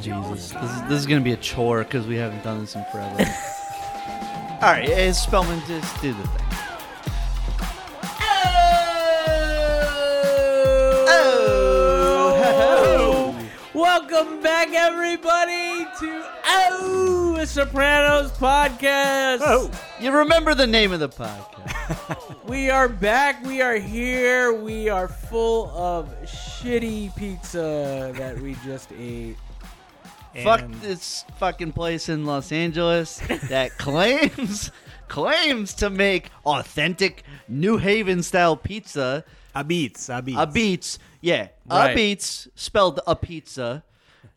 Jesus, this is, this is gonna be a chore because we haven't done this in forever. All right, hey, Spellman, just do the thing. Oh. Welcome back, everybody, to Oh, the Sopranos podcast. Oh. You remember the name of the podcast? We are back. We are here. We are full of shitty pizza that we just ate. Fuck And- this fucking place in Los Angeles that claims claims to make authentic New Haven style pizza. A beats, a beats. A beats, yeah, a Right. beats spelled a pizza.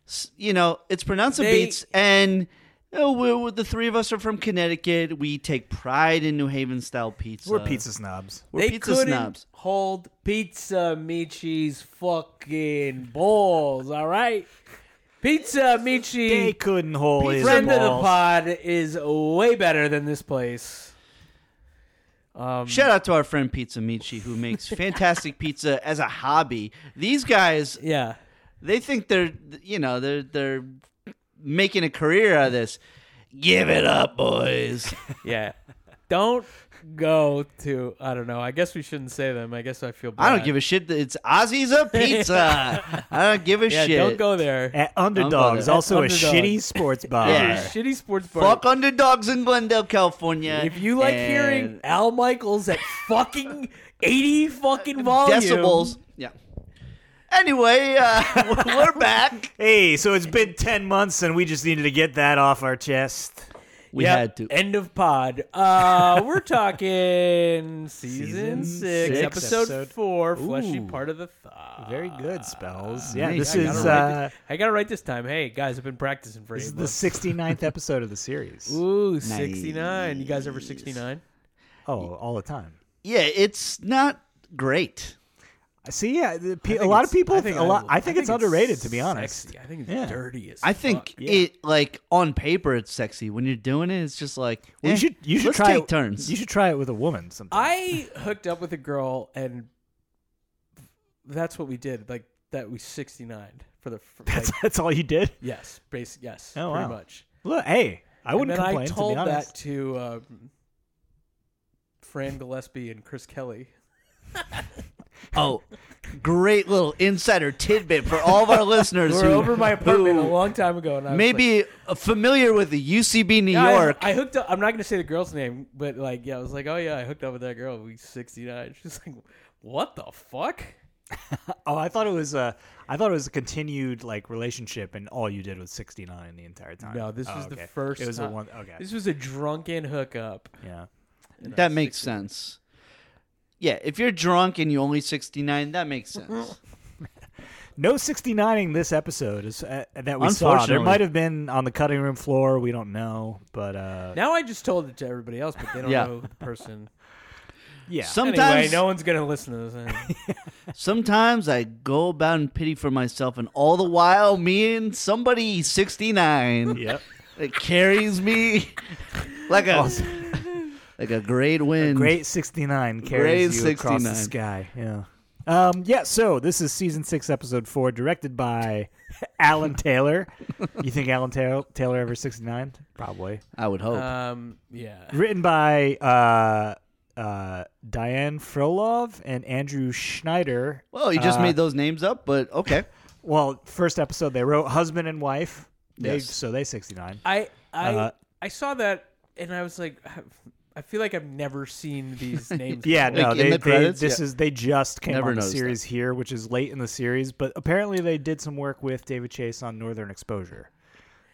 S- You know, it's pronounced a They- beats, and you know, we we- the three of us are from Connecticut. We take pride in New Haven style pizza. We're pizza snobs. We're they pizza couldn't snobs. hold Pizza Michi's fucking balls. All right, Pizza Michi. They couldn't hold his friend of the balls. pod is way better than this place. Um, Shout out to our friend Pizza Michi who makes fantastic pizza as a hobby. These guys, yeah, they think they're you know they're they're making a career out of this. Give it up, boys. yeah. Don't go to. I don't know. I guess we shouldn't say them. I guess I feel. Bad. I don't give a shit. that It's Ozzy's a pizza. I don't give a Yeah, shit. Eh. don't go there. At Underdogs, At also Underdogs. a shitty sports bar. Yeah. Shitty sports bar. Fuck underdogs in Glendale, California. If you like And hearing Al Michaels at fucking eighty fucking volume, decibels, yeah. Anyway, uh, we're back. Hey, so it's been 10 months and we just needed to get that off our chest. We Yep, had to. End of pod. Uh, we're talking season Season six, six, episode, episode- four, fleshy Ooh. part of the thought. Very good spells. Yeah, nice. this I I gotta is write uh, this- I got it right this time. Hey guys, I've been practicing for this is eight the months. 69th episode of the series. Ooh, 69. You guys ever 69? Oh, all the time. Yeah, it's not great. See, yeah, the, pe- I a think lot of it's- people. think a lot. I think it's underrated, to be sexy. honest. I think it's Yeah. dirty as I think fuck. it like on paper it's sexy. When you're doing it, it's just like Well, eh, you should you should let's try take it- turns. You should try it with a woman sometime. I hooked up with a girl and that's what we did. Like that we 69 for the fr- like, that's, that's all you did. yes, base yes, Oh, pretty wow. much. Look, hey, I And wouldn't then complain. I told to be honest, that to um, Fran Gillespie and Chris Kelly. oh, great little insider tidbit for all of our listeners We who were over my apartment a who long time ago and I was may like, be familiar with the UCB New Yeah, I- York. I, hooked up. I'm not gonna say the girl's name, but like, yeah, I was like, oh yeah, I hooked up with that girl. We 69. She's like, what the fuck? oh, I thought it was a, I thought it was a continued like relationship, and all you did was sixty nine the entire time. No, this Oh, was the okay. first. It was a time- one. Okay, This was a drunken hookup. yeah. that makes sense. Yeah, if you're drunk and you only 69, that makes sense. No 69ing this episode is uh, that we saw. There Unfortunately. might have been on the cutting room floor. We don't know, but uh, Now I just told it to everybody else, but they don't Yeah. know the person. yeah. Sometimes Anyway, no one's gonna listen to this. sometimes I go about in pity for myself and all the while me and somebody 69 yep. it carries me like a like a great wind. Great 69 Grade carries you across the 69. sky. Yeah. Um, yeah, so this is season six, episode four, directed by Alan Taylor. you think Alan Ta- Taylor ever 69? Probably. I would hope. um, yeah. Written by uh, uh, Diane Frolov and Andrew Schneider. well, you just uh, made those names up, but okay. Well, first episode they wrote husband and wife. They, Yes. So they 69. I I Uh, I saw that and I was like, I feel like I've never seen these names. Yeah, before. no, Like, in they, the they- credits? this Yeah. is they just came Never on the noticed series here, which is late in the series, but apparently they did some work with David Chase on Northern Exposure.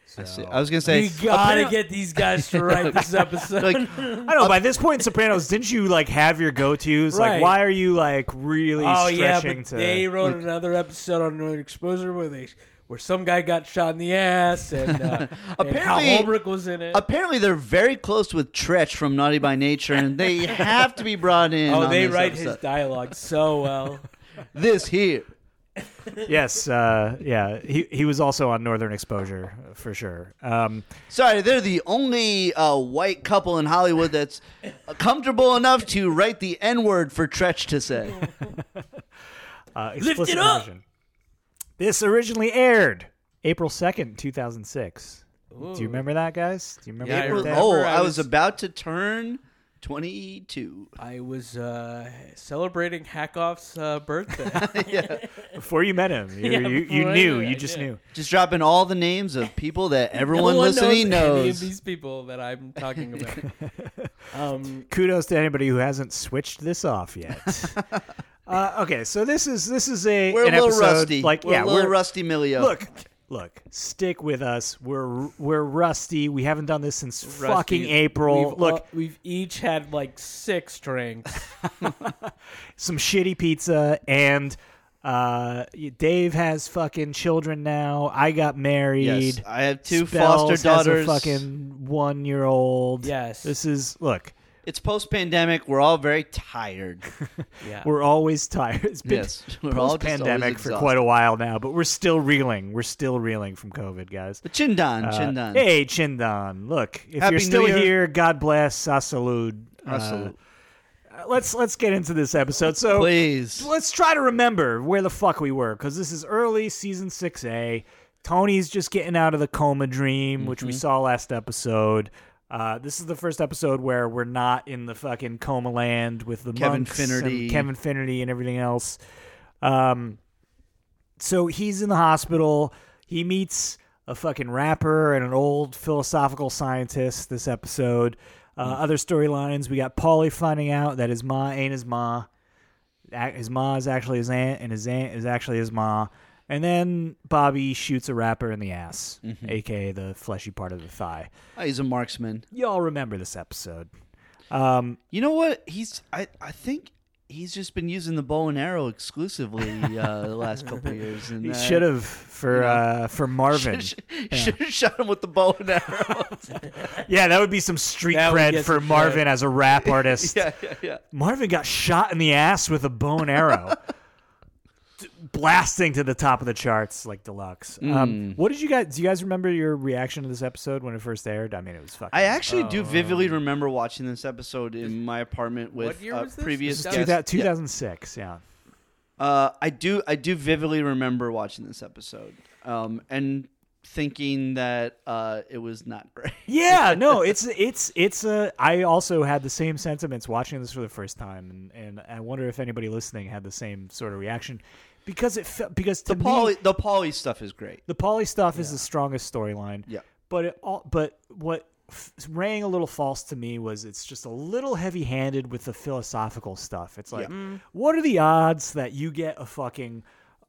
So, I see. I was going to You say Oh, gotta get these guys to write this episode. like I don't know. By this point, in Sopranos, didn't you like have your go-to's? Right. Like, why are you like really oh yeah, stretching but to? they wrote another episode on Northern Exposure where they where some guy got shot in the ass and, uh, and Hal Apparently- Holbrook was in it. apparently they're very close with Tretch from Naughty by Nature and they have to be brought in oh, on they this write his episode. dialogue so well. this here yes, uh, yeah. He he was also on Northern Exposure uh, for sure. Um, Sorry, they're the only uh, white couple in Hollywood that's comfortable enough to write the N word for Tretch to say. uh, explicit up! version. This originally aired April second, two thousand six. Do you remember that, guys? Do you remember? Yeah, I that April- date? remember oh, I I was was- about to turn 22. I was uh, celebrating Hackoff's uh, birthday. before you met him, you Yeah, you, you before I knew. knew You that, just yeah. knew. Just dropping all the names of people that everyone no one listening knows, any knows. of these people that I'm talking about. um, kudos to anybody who hasn't switched this off yet. uh, okay, so this is this is a We're a an little episode, rusty. Like we're yeah, a little we're rusty, Milio. look look stick with us. We're we're rusty. We haven't done this since fucking Rusty's- April. we've look, all- we've each had like six drinks. some shitty pizza and. Uh, Dave has fucking children now. I got married. yes, I have two Spells foster has a daughters. fucking one year old. Yes. This is look. It's post pandemic. We're all very tired. Yeah. We're always tired. It's been Yes, we're all just always pandemic for exhausted. quite a while now, but we're still reeling. We're still reeling from COVID, guys. But Chindan, Uh, Chindan. Hey, Chindan. Look, if Happy you're New still Year. here, God bless. Salud. Uh, oh, Absolute. let's let's get into this episode. So Please. let's try to remember where the fuck we were because this is early season six A. Tony's just getting out of the coma dream, which we saw last episode. Uh, this is the first episode where we're not in the fucking coma land with the Kevin monks and Finnerty. Kevin Finnerty, and everything else. Um, so he's in the hospital. He meets a fucking rapper and an old philosophical scientist this episode. Uh, Hmm. Other storylines we got Paulie finding out that his ma ain't his ma. Ac- His ma is actually his aunt, and his aunt is actually his ma. And then Bobby shoots a rapper in the ass, Mm-hmm. aka the fleshy part of the thigh. Oh, he's a marksman. Y'all remember this episode. Um, You know what? He's I I think he's just been using the bow and arrow exclusively uh, the last couple of years. And he uh, should have for uh, for Marvin. Should have shot him with the bow and arrow. Yeah, that would be some street That would cred get for some Marvin as a rap artist. yeah, yeah, yeah. Marvin got shot in the ass with a bow and arrow, D- blasting to the top of the charts like deluxe. Um, what did you guys? Do you guys remember your reaction to this episode when it first aired? I mean, it was fucking. I actually do vividly remember watching this episode in my apartment with year uh, was this? previous This Two is guests. two thousand six. Yeah. Uh, I do I do vividly remember watching this episode um, and thinking that uh, it was not great. Yeah, no, it's it's it's a. I also had the same sentiments watching this for the first time, and, and I wonder if anybody listening had the same sort of reaction, because it felt because to The me Polly the Polly stuff is great. the Polly stuff is the strongest storyline. Yeah. but it all but what f- rang a little false to me was it's just a little heavy-handed with the philosophical stuff it's like what are the odds that you get a fucking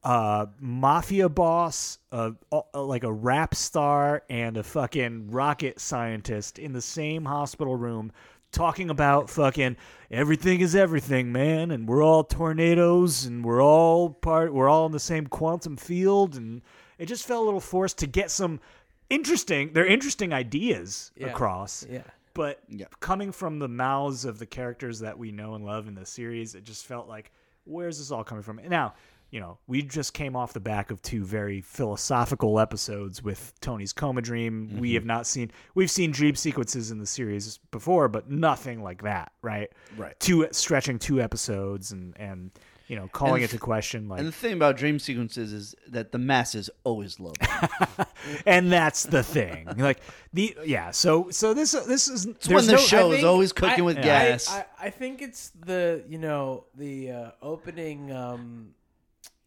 uh, mafia boss uh, uh, like a rap star and a fucking rocket scientist in the same hospital room talking about fucking everything is everything man and we're all tornadoes and we're all part we're all in the same quantum field and it just felt a little forced to get some interesting they're interesting ideas across yeah. but Yeah. coming from the mouths of the characters that we know and love in the series it just felt like where's this all coming from And now you know we just came off the back of two very philosophical episodes with tony's coma dream Mm-hmm. we have not seen we've seen dream sequences in the series before but nothing like that right Right. two stretching two episodes and and you know calling And it to question like And the thing about dream sequences is that the masses always love them. and that's the thing like the yeah so so this this is It's when the no, show I is think- always cooking I- with I- gas. I, I think it's the you know the uh, opening um,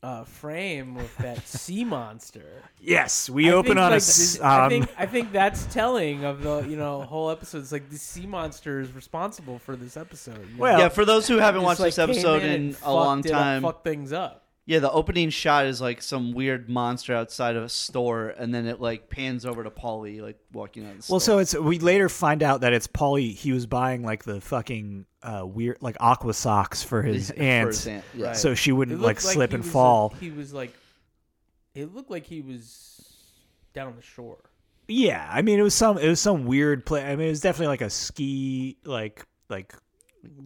uh, frame with that sea monster. Yes, we I open think, on a. like, s- this- I um, think I think that's telling of the you know whole episode. It's like the sea monster is responsible for this episode. You know? Well, yeah, for those who haven't Just, watched like, this came episode in, and a long fucked it up, time, fucked things up. yeah, the opening shot is like some weird monster outside of a store, and then it like pans over to Polly like walking out. Of the well, store. so it's we later find out that it's Polly. He was buying like the fucking uh, weird like aqua socks for his For aunt, his aunt, yeah. so she It wouldn't like looked slip he and was, fall. like- he was like, it looked like he was down the shore. yeah, I mean it was some it was some weird play. I mean it was definitely like a ski like like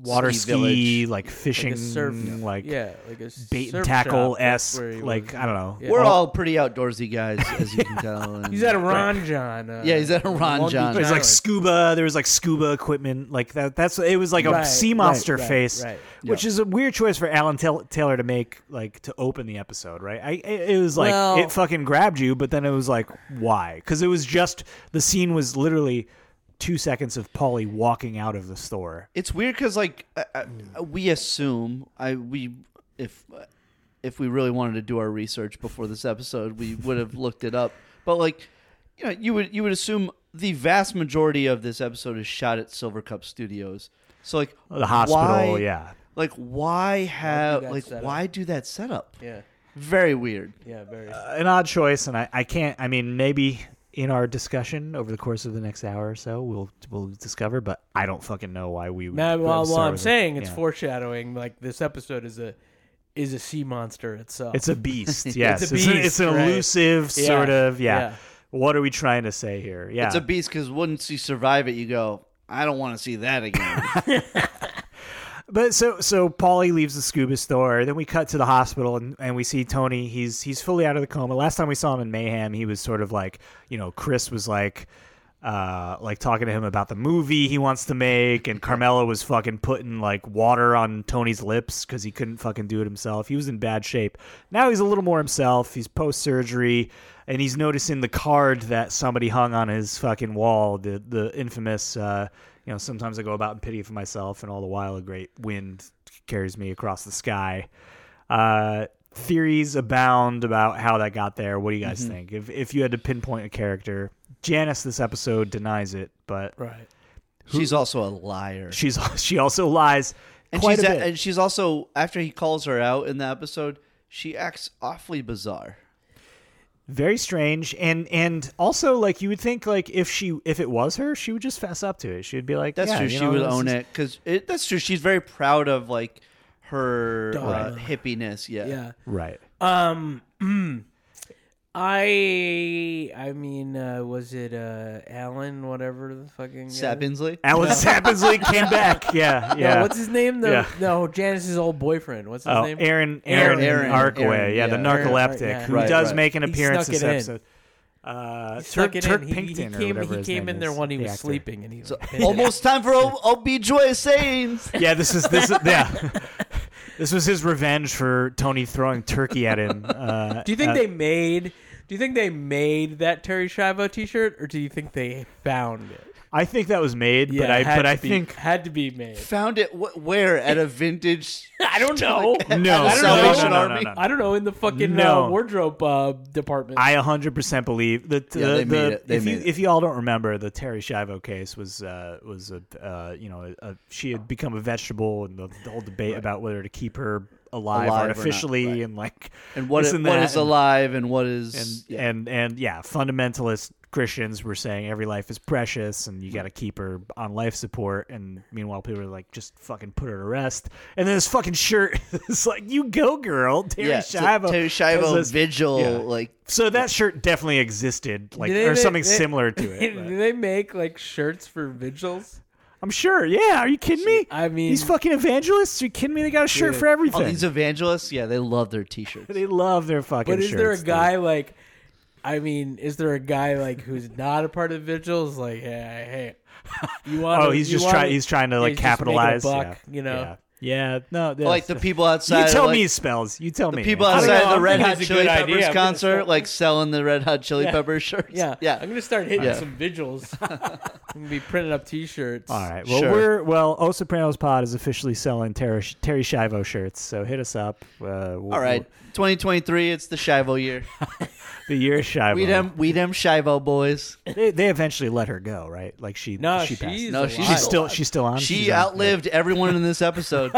water Ski ski, village. like fishing, like a like, surf, yeah, like a bait and surf tackle shop. That's esque. where he Like was. I don't know. Yeah. We're all pretty outdoorsy guys, as you can tell. and- He's at a Ron John. Uh, Yeah, he's at a Ron Long John. Beach There's like Island. scuba. There was like scuba equipment. Like that. That's it. Was like a Right, sea right, monster right, face, right. which is a weird choice for Alan Tel- Taylor to make, like to open the episode. Right. I. It, it was like Well- it fucking grabbed you, but then it was like why? Because it was just the scene was literally two seconds of Polly walking out of the store. it's weird because like uh, uh, we assume I we if if we really wanted to do our research before this episode, we would have looked it up. But like you know, you would you would assume the vast majority of this episode is shot at Silver Cup Studios. So like The hospital. why- yeah. Like why have that like setup? why do that setup? Yeah, Very weird. yeah, very. an odd choice, and I, I can't. I mean, maybe in our discussion over the course of the next hour or so, we'll we'll discover. But I don't fucking know why we. would Nah, well, start well, I'm with it. saying it's Yeah. foreshadowing. Like this episode is a is a sea monster itself. It's a beast. Yes, It's it's, a an, beast, it's an right. elusive Yeah. sort of. Yeah. Yeah. What are we trying to say here? Yeah. It's a beast because once you survive it, you go. I don't want to see that again. But so so Paulie leaves the scuba store. Then we cut to the hospital and, and we see Tony. He's he's fully out of the coma. Last time we saw him in Mayhem, he was sort of like you know Chris was like uh like talking to him about the movie he wants to make, and Carmela was fucking putting like water on Tony's lips because he couldn't fucking do it himself. He was in bad shape. Now he's a little more himself. He's post surgery. And he's noticing the card that somebody hung on his fucking wall, the the infamous uh, you know, sometimes I go about in pity for myself, and all the while a great wind carries me across the sky. Uh, theories abound about how that got there. What do you Mm-hmm. guys think? If if you had to pinpoint a character, Janice this episode denies it, but right. She's also a liar. she's she also lies And quite she's a a- bit. and she's also after he calls her out in the episode, she acts awfully bizarre. Very strange, and and also like you would think like if she if it was her, she would just fess up to it. She would be like, That's yeah, true. you She know, would this own is- it because that's true. She's very proud of like her uh, Dharma. hippiness. Yeah. Yeah. Right. Um. I I mean, uh, was it uh, Alan? Whatever the fucking guy- Sap Insley. Alan Sappinsley came back. Yeah, No, yeah. what's his name? though? Yeah. No, Janice's old boyfriend. What's his Oh, name? Aaron, Aaron. Aaron, Aaron, Arkaway, Aaron, yeah, the yeah. Aaron, narcoleptic, yeah. who Right, does right. make an He appearance snuck this it in. episode. Uh, Stuck Turk, it Turk in. He- Pinkton He, or came, whatever he his came name in there is, when he the was actor. sleeping, and he was like, Almost time for O- Obi Joy Saints. Yeah, this is this is yeah. this was his revenge for Tony throwing turkey at him. Uh, Do you think uh, they made? Do you think they made that Terry Schiavo T-shirt, or do you think they found it? I think that was made, but I had but to I be- think had to be made. Found it wh- where at a vintage. I don't know. I no, don't no, know. no, no, no, no, no. I don't know in the fucking uh, No. wardrobe uh, department. I 100% believe that Yeah, the, they made the- it. They if you made it. if you all don't remember the Terry Schiavo case was uh, was a uh, you know a, she had become a vegetable and the, the whole debate about whether to keep her Alive or alive, not, artificially right. and like And what this is, and what that, is and- alive and what is and yeah. and and yeah, fundamentalist Christians were saying every life is precious and you got to keep her on life support. And meanwhile, people were like, just fucking put her to rest. And then this fucking shirt is like, you go, girl, Terry yeah, so Schiavo. Terry has Schiavo this- vigil. yeah. Like So that shirt definitely existed, like Do they ma- or something they- similar to it. Do but- they make like shirts for vigils? I'm sure. Yeah, are you kidding me? I mean- these fucking evangelists. Are you kidding me? They got a shirt Dude. for everything. all these evangelists. Yeah, they love their T-shirts. they love their fucking. But is there a shirts, dude. guy like? I mean, is there a guy like who's not a part of vigils? Like, hey, hey, you want? Oh, he's just trying. He's trying to like he's just making a capitalize. buck, yeah. you know? Yeah. Yeah. No. Like the people outside. You tell like, me spells. You tell me. people man. don't outside know, of the I'm Red thinking Hot it's a Chili good idea. Peppers I'm gonna concert, start- like selling the Red Hot Chili Yeah. Pepper shirts. Yeah, I'm yeah. gonna start hitting Yeah. some vigils. I'm gonna be printing up T-shirts. All right. Well, Sure. we're well. O Sopranos Pod is officially selling Terry, Terry Schiavo shirts, so hit us up. Uh, we'll, All right, 2023. It's the Shivo year. the year of Schiavo. We them, we them Shivo boys. They, they eventually let her go, right? Like she. No, she passed. she's No, alive. she's She's still. She's still on. She's She on. outlived everyone in this episode.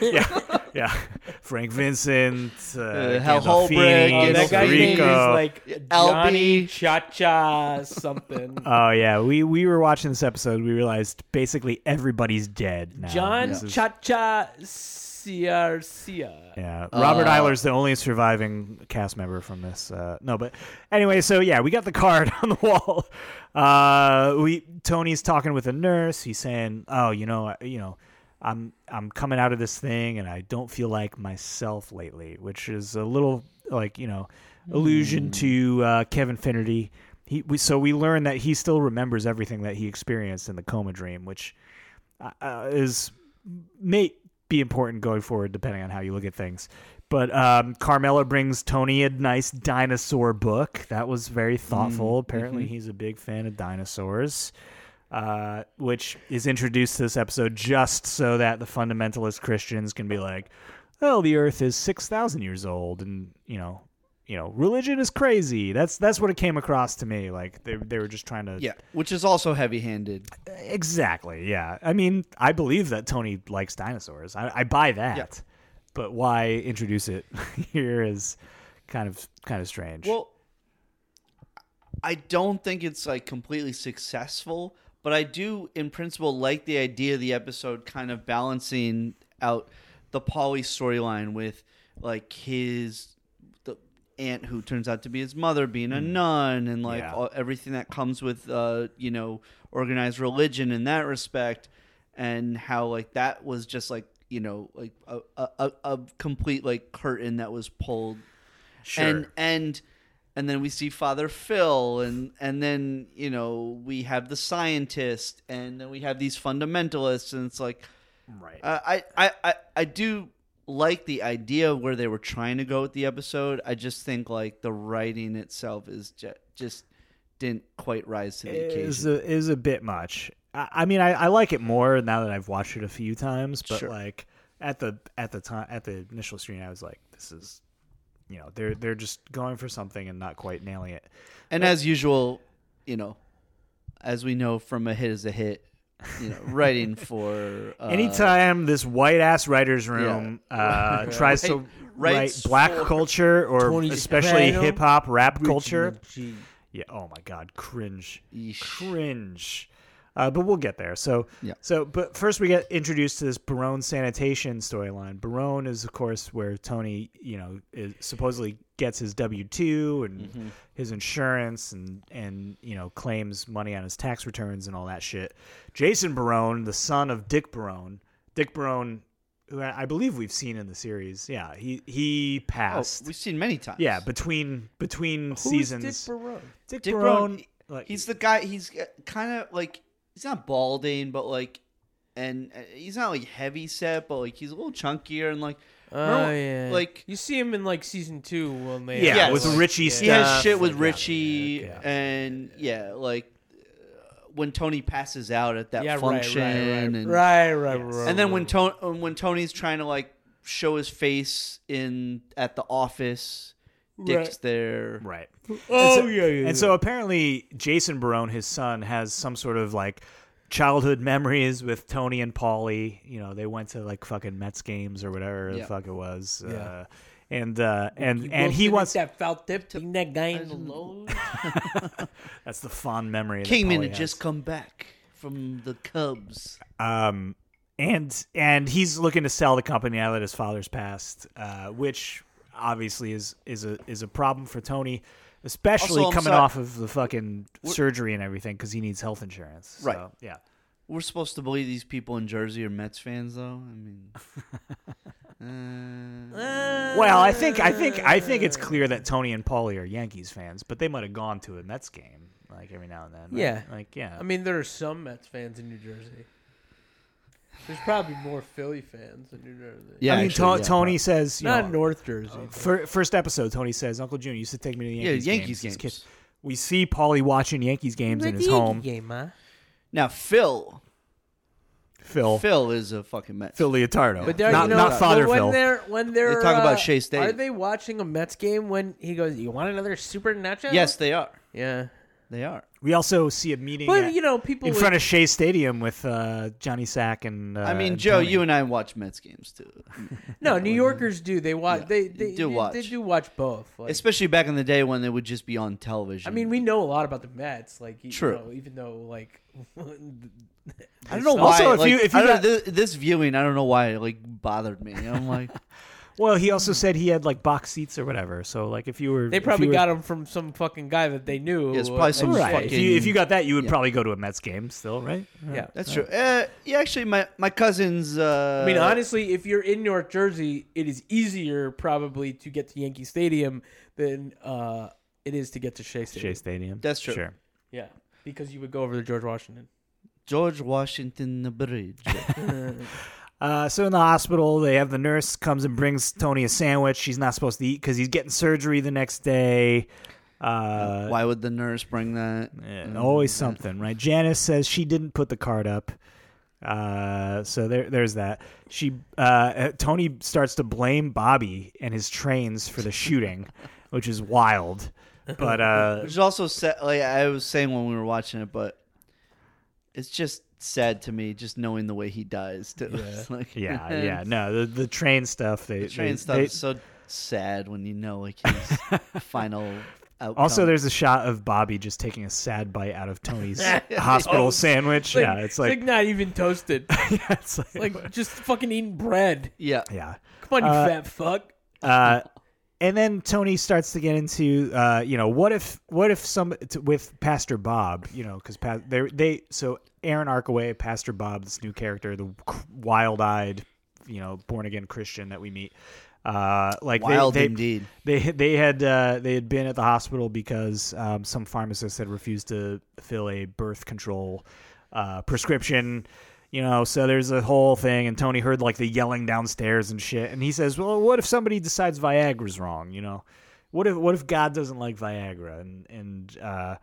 yeah, yeah. Frank Vincent, uh, Hal Gandolfini, Holbrook, Oh, that Gandolfini. guy's name is Rico. like Albie. Johnny Cha Cha something. Oh yeah, we we were watching this episode. We realized basically everybody's dead now. John This is- Cha Cha Ciarcia. Yeah, Robert Uh, Eiler's the only surviving cast member from this. Uh, no, but anyway, so yeah, we got the card on the wall. Uh, we Tony's talking with a nurse. He's saying, "Oh, you know, I- you know, I'm I'm coming out of this thing and I don't feel like myself lately, which is a little like you know allusion to uh, Kevin Finnerty. He we, so we learn that he still remembers everything that he experienced in the coma dream, which uh, uh, is may be important going forward depending on how you look at things. But um, Carmela brings Tony a nice dinosaur book. That was very thoughtful. Apparently, he's a big fan of dinosaurs, uh, which is introduced to this episode just so that the fundamentalist Christians can be like, "Well, the Earth is six thousand years old, and you know, you know, religion is crazy." That's that's what it came across to me. Like they they were just trying to Yeah, which is also heavy-handed. Exactly. Yeah. I mean, I believe that Tony likes dinosaurs. I, I buy that. Yeah. But why introduce it here is kind of kind of strange. Well, I don't think it's like completely successful, but I do, in principle, like the idea of the episode kind of balancing out the Polly storyline with like his the aunt who turns out to be his mother being a nun and like Yeah. all, everything that comes with uh you know organized religion in that respect and how like that was just like you know like a a, a, a complete like curtain that was pulled and and and then we see Father Phil, and and then you know we have the scientist, and then we have these fundamentalists, and it's like right. uh, I, I I I do like the idea of where they were trying to go with the episode. I just think like the writing itself is ju- just didn't quite rise to the is occasion. a, is a bit much. I, I mean, I, I like it more now that I've watched it a few times, but Sure. like at the at the time at the initial screen, I was like, this is, you know, they're they're just going for something and not quite nailing it. and as usual, you know, as we know from a hit is a hit. You know, writing for uh, Anytime this white ass writers room uh, tries to write Writes black for culture or Tony especially Soprano, hip hop rap Original culture, G. yeah. Oh my god, cringe, Yeesh. cringe. Uh, but we'll get there. So, Yeah. so, but first we get introduced to this Barone sanitation storyline. Barone is, of course, where Tony, you know, is supposedly gets his W two and Mm-hmm. his insurance and and you know claims money on his tax returns and all that shit. Jason Barone, the son of Dick Barone, Dick Barone, who I I believe we've seen in the series. Yeah, he he Oh, passed. we've seen many times. yeah, between between Who's seasons. Dick Barone? Dick, Dick Barone, Brown, like, he's the guy. He's kind of like he's not balding, but like, and uh, he's not like heavy set, but like he's a little chunkier and like, Oh Remember, yeah. like- you see him in like season two when they yeah, Yes. with Richie he stuff. has shit with like, Richie, yeah, okay. and yeah, like uh, when Tony passes out at that yeah, function, Right, right, and right, right, Yes. right, and then when right. Tony when Tony's trying to like show his face in at the office, Dick's Right. there. Right. oh and so, yeah, yeah, And so apparently Jason Barone, his son, has some sort of like childhood memories with Tony and Paulie. You know, they went to like fucking Mets games or whatever Yeah. the fuck it was. Yeah. Uh, and uh, and Wilson and he is wants that foul tip to that guy in the load. that's the fond memory. that Kingman Paulie had has. just come back from the Cubs. um, and and he's looking to sell the company now that his father's passed, uh, which obviously is is a is a problem for Tony, especially Also, I'm coming sorry- off of the fucking surgery and everything because he needs health insurance. Right. So, yeah. We're supposed to believe these people in Jersey are Mets fans, though. I mean, uh, Well, I think I think I think it's clear that Tony and Paulie are Yankees fans, but they might have gone to a Mets game like every now and then. right? Yeah. Like yeah. I mean, there are some Mets fans in New Jersey. There's probably more Philly fans in New Jersey. Yeah, I mean, actually, To- yeah, Tony says, you not know, oh, North Jersey. fir- first episode, Tony says, Uncle June used to take me to the yeah, Yankees Yankees games. as a games. kid." We see Paulie watching Yankees games in his home. game, huh? Now, Phil, Phil, Phil, Phil is a fucking Mets. Leotardo, But there, not, you know, not Father but when Phil. They're, when they're They talk about uh, Shea State. Are they watching a Mets game when he goes? You want another super nacho? Yes, they are. Yeah. They are. We also see a meeting But at- you know, people in would- front of Shea Stadium with uh, Johnny Sack and. Uh, I mean, and Joe, Tony. you and I watch Mets games too, no New Yorkers do. They watch. they do they they, They watch. do watch both. Like, especially back in the day when they would just be on television. I mean, we know a lot about the Mets. Like, you True. know, even though like, I don't know why. Also, if like, you- if you I don't got- know, this, this viewing, I don't know why it like bothered me. I'm like, Well, he also said he had like box seats or whatever. So like if you were, They if probably you were, got him from some fucking guy that they knew. Yeah, it's probably some That's right. fucking- if, you, if you got that, you would Yeah. probably go to a Mets game still, right? Yeah. That's true. Uh, yeah, actually, my my cousins. Uh, I mean, honestly, if you're in North Jersey, it is easier probably to get to Yankee Stadium than uh, it is to get to Shea Stadium. Shea Stadium. That's true. Sure. Yeah, because you would go over to George Washington. George Washington the Bridge. Uh, so in the hospital, they have the nurse comes and brings Tony a sandwich. She's not supposed to eat because he's getting surgery the next day. Uh, Why would the nurse bring that? Yeah, Mm, always that- something, right? Janice says she didn't put the card up. Uh, so there, there's that. She, uh, uh, Tony starts to blame Bobby and his trains for the shooting, which is wild. But uh, Which is also sad. Like I was saying when we were watching it, but it's just sad to me just knowing the way he dies. Too. It's like, yeah, yeah, no, the, the train stuff. They, The train they- stuff they- is so sad when you know like his final outcome. also, there's a shot of Bobby just taking a sad bite out of Tony's Oh, hospital sandwich. yeah, it's like, not even toasted. yeah, it's like, like just fucking eating bread. yeah. yeah. Come on, you Uh, fat fuck. Uh, and then Tony starts to get into, uh, you know, what if, what if some t- with Pastor Bob, you know, because pa- they, they, so Aaron Arkaway, Pastor Bob, this new character, the wild-eyed, you know, born-again Christian that we meet, uh, like they- Wild they, indeed. They they had uh, they had been at the hospital because um, some pharmacist had refused to fill a birth control uh, prescription. You know, so there's a whole thing, and Tony heard like the yelling downstairs and shit, and he says, "Well, what if somebody decides Viagra's wrong? You know, what if what if God doesn't like Viagra?" And and uh,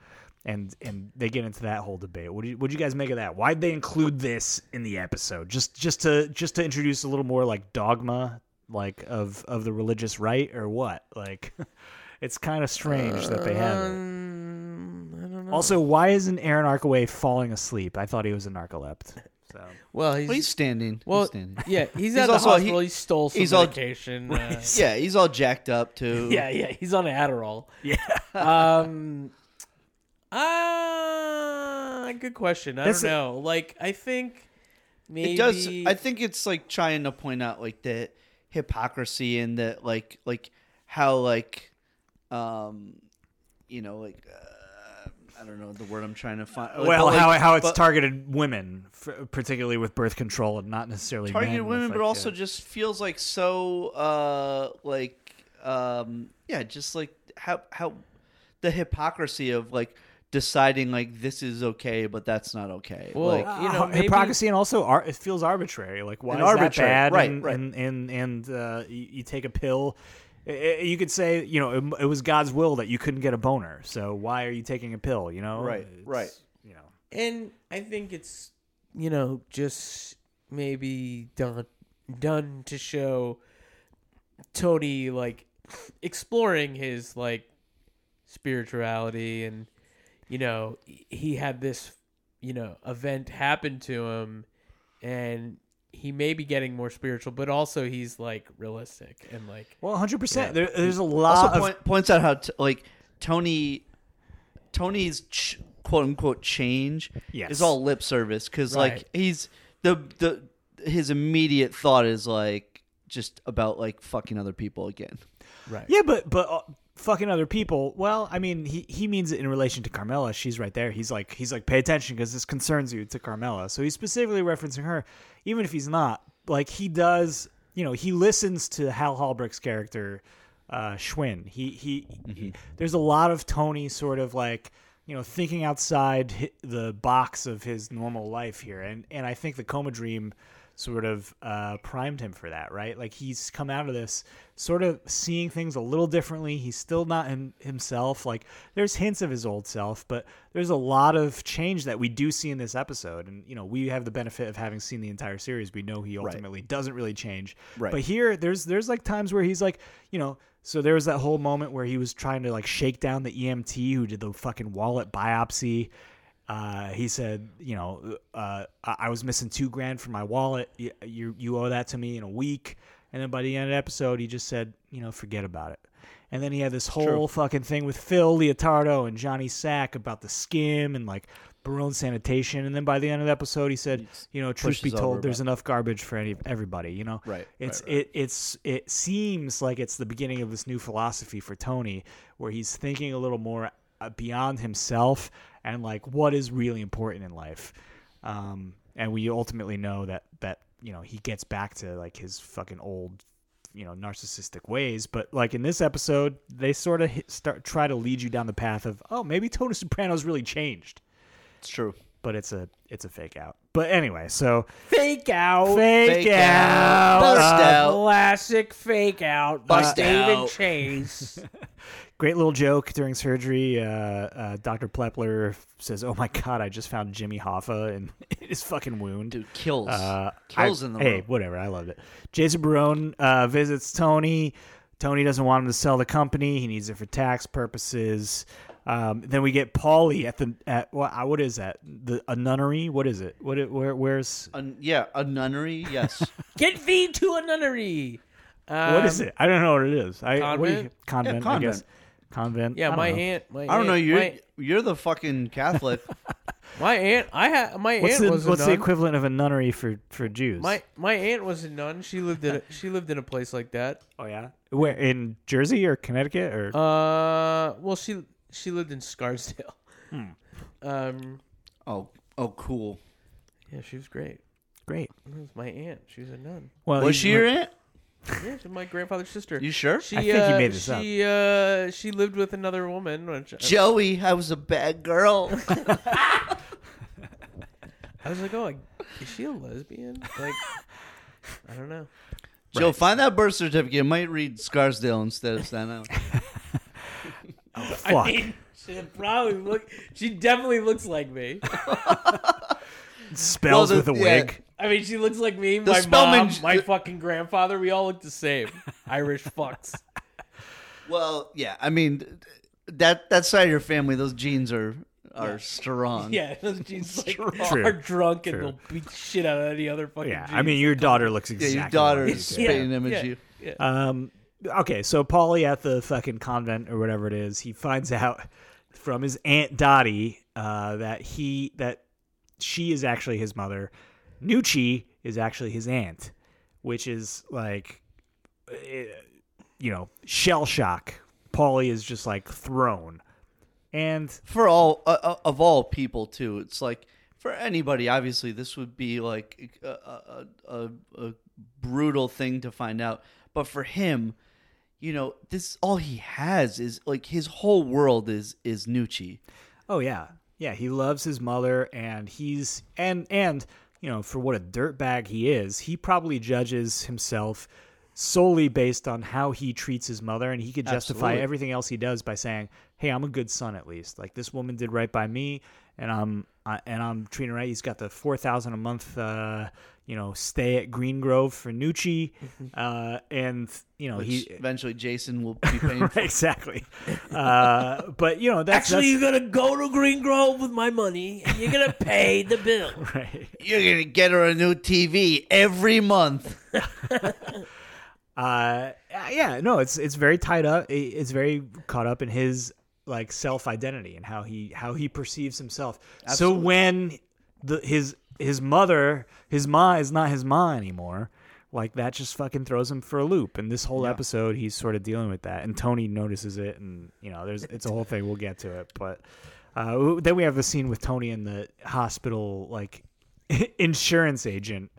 and and they get into that whole debate. What do you, what do you guys make of that? Why'd they include this in the episode? Just just to just to introduce a little more like dogma like of of the religious right or what? Like it's kind of strange that they have it. Um, mm, I don't know. Also, why isn't Aaron Arkaway falling asleep? I thought he was a narcolept. So well, Well, he's standing. well, he's standing. yeah, he's, at also- the hospital. he- He, stole some he's all- medication. uh, Yeah, he's all jacked up too. yeah, yeah, he's on Adderall. yeah, um ah good question i That's don't a- know like i think maybe it does i think it's like trying to point out like the hypocrisy and the like like how like um you know like uh, i don't know the word i'm trying to find like, well, but, like, how how it's but- targeted women, f particularly with birth control, and not necessarily targeted men with, women but like, also uh, just feels like so uh like um yeah just like how how the hypocrisy of like deciding like this is okay but that's not okay Well, like you know, uh, maybe- hypocrisy and also ar- it feels arbitrary. Like why And is arbitrary, that bad? right, and, right. And and, and uh, you, you take a pill. I- I- You could say you know it, it was God's will that you couldn't get a boner. So why are you taking a pill? You know, Right, It's, right. You know, and i think it's you know just maybe done done to show tony like exploring his like spirituality and you know he had this you know event happen to him and he may be getting more spiritual but also he's like realistic and like well, hundred percent. Yeah. There, there's a also lot Ah, of point, points out how t- like Tony Tony's ch- quote unquote change Yes. is all lip service because Right. like he's the the his immediate thought is like just about like fucking other people again. right yeah, but but uh, fucking other people. Well, I mean, he he means it in relation to Carmela. She's right there. He's like he's like pay attention because this concerns you to Carmela. So he's specifically referencing her, even if he's not. Like he does, you know, he listens to Hal Halbrook's character, uh, Schwinn. He he, he- There's a lot of Tony sort of like. You know, thinking outside hi- the box of his normal life here, and and I think the coma dream sort of uh, primed him for that, right? Like he's come out of this sort of seeing things a little differently. He's still not him, himself. Like there's hints of his old self, but there's a lot of change that we do see in this episode. And you know, we have the benefit of having seen the entire series. We know he ultimately doesn't really change. Right. But here, there's there's like times where he's like, you know. So there was that whole moment where he was trying to like shake down the EMT who did the fucking wallet biopsy, uh, he said, you know, uh, I I was missing two grand from my wallet. You, you you owe that to me in a week. And then by the end of the episode, he just said, you know, forget about it. And then he had this whole fucking thing with Phil Leotardo and Johnny Sack about the skim and like Barone sanitation, and then by the end of the episode, he said, It's- "You know, truth be pushes told, over there's about- enough garbage for any everybody." You know, Right, It's right, right. it it's it seems like it's the beginning of this new philosophy for Tony, where he's thinking a little more uh, beyond himself and like what is really important in life. Um, and we ultimately know that that you know he gets back to like his fucking old you know narcissistic ways but like in this episode they sort of hit, start try to lead you down the path of oh maybe tony soprano's really changed It's true. but it's a it's a fake out but anyway so Fake out. fake, Fake out, out. Bust Uh, out. Classic fake out. Bust by David out. Chase. great little joke during surgery uh, uh, dr plepler says oh my god i just found jimmy hoffa in his fucking wound Dude, kills. Uh, kills I- in the hey, room. whatever. I loved it. Jason Barone uh, visits Tony. Tony doesn't want him to sell the company. He needs it for tax purposes. Um, then we get Paulie at the at what, what is that? The a nunnery? What is it? What it, where where's An- yeah, a nunnery. Yes. Get thee to a nunnery. Um, what is it? I don't know what it is. I what do you- convent? convent, I convent. guess. Convent. I Yeah, don't my know. aunt. My I don't know. aunt- You're my, you're the fucking Catholic. my aunt. I had my What's aunt the was a what's the nun. equivalent of a nunnery for for Jews? My my aunt was a nun. She lived in a, she lived in a place like that. oh yeah, where in Jersey or Connecticut or Uh, well, she she lived in Scarsdale. Hmm. Um, oh, oh, cool. yeah, she was great. great? It was my aunt. She was a nun. Well, Was he- she your aunt? Yeah, she was my grandfather's sister. You sure? She, I think he uh, made this up. she, up. Uh, she lived with another woman. Which Joey, I was a bad girl. I was like, oh, like, is she a lesbian? Like, I don't know. Joe, find that birth certificate. It might read Scarsdale instead of Staten Island. Fuck. she probably look. She definitely looks like me. spells Well, with the- a yeah. wig. I mean, she looks like me, The my Spellman- mom, my the- fucking grandfather. We all look the same. Irish fucks. Well, yeah. I mean, th- that that side of your family, those genes are are strong. Yeah, those jeans like, True. are drunk and True. they'll beat the shit out of any other fucking. Yeah, jeans. I mean, your daughter looks Yeah, exactly. your daughter like is you, spitting yeah. image yeah, you. yeah. Um, okay, so Paulie at the fucking convent or whatever it is, he finds out from his aunt Dottie uh, that he that she is actually his mother. Nucci is actually his aunt, which is like, eh, you know, shell shock. Paulie is just like thrown, and For all uh, uh, of all people, too. It's like for anybody. Obviously, this would be like a, a, a, a brutal thing to find out. But for him, you know, this all he has is like his whole world is is Nucci. Oh yeah, yeah. He loves his mother, and he's and and you know for what a dirtbag he is, he probably judges himself solely based on how he treats his mother, and he could justify Absolutely. everything else he does by saying, "Hey, I'm a good son at least. Like this woman did right by me, and I'm I, and I'm treating her right." He's got the four thousand a month. Uh, you know, stay at Green Grove for Nucci, uh, and you know He, he eventually, Jason will be paying. for exactly. Uh, but you know that's Actually, you're gonna go to Green Grove with my money, and you're gonna pay the bill. that's right. You're gonna get her a new TV every month. uh yeah no it's it's very tied up it- it's very caught up in his like self identity and how he how he perceives himself so when the his his mother his ma is not his ma anymore like that just fucking throws him for a loop and this whole episode he's sort of dealing with that and tony notices it and you know there's it's a whole thing we'll get to it but uh then we have the scene with tony and the hospital like insurance agent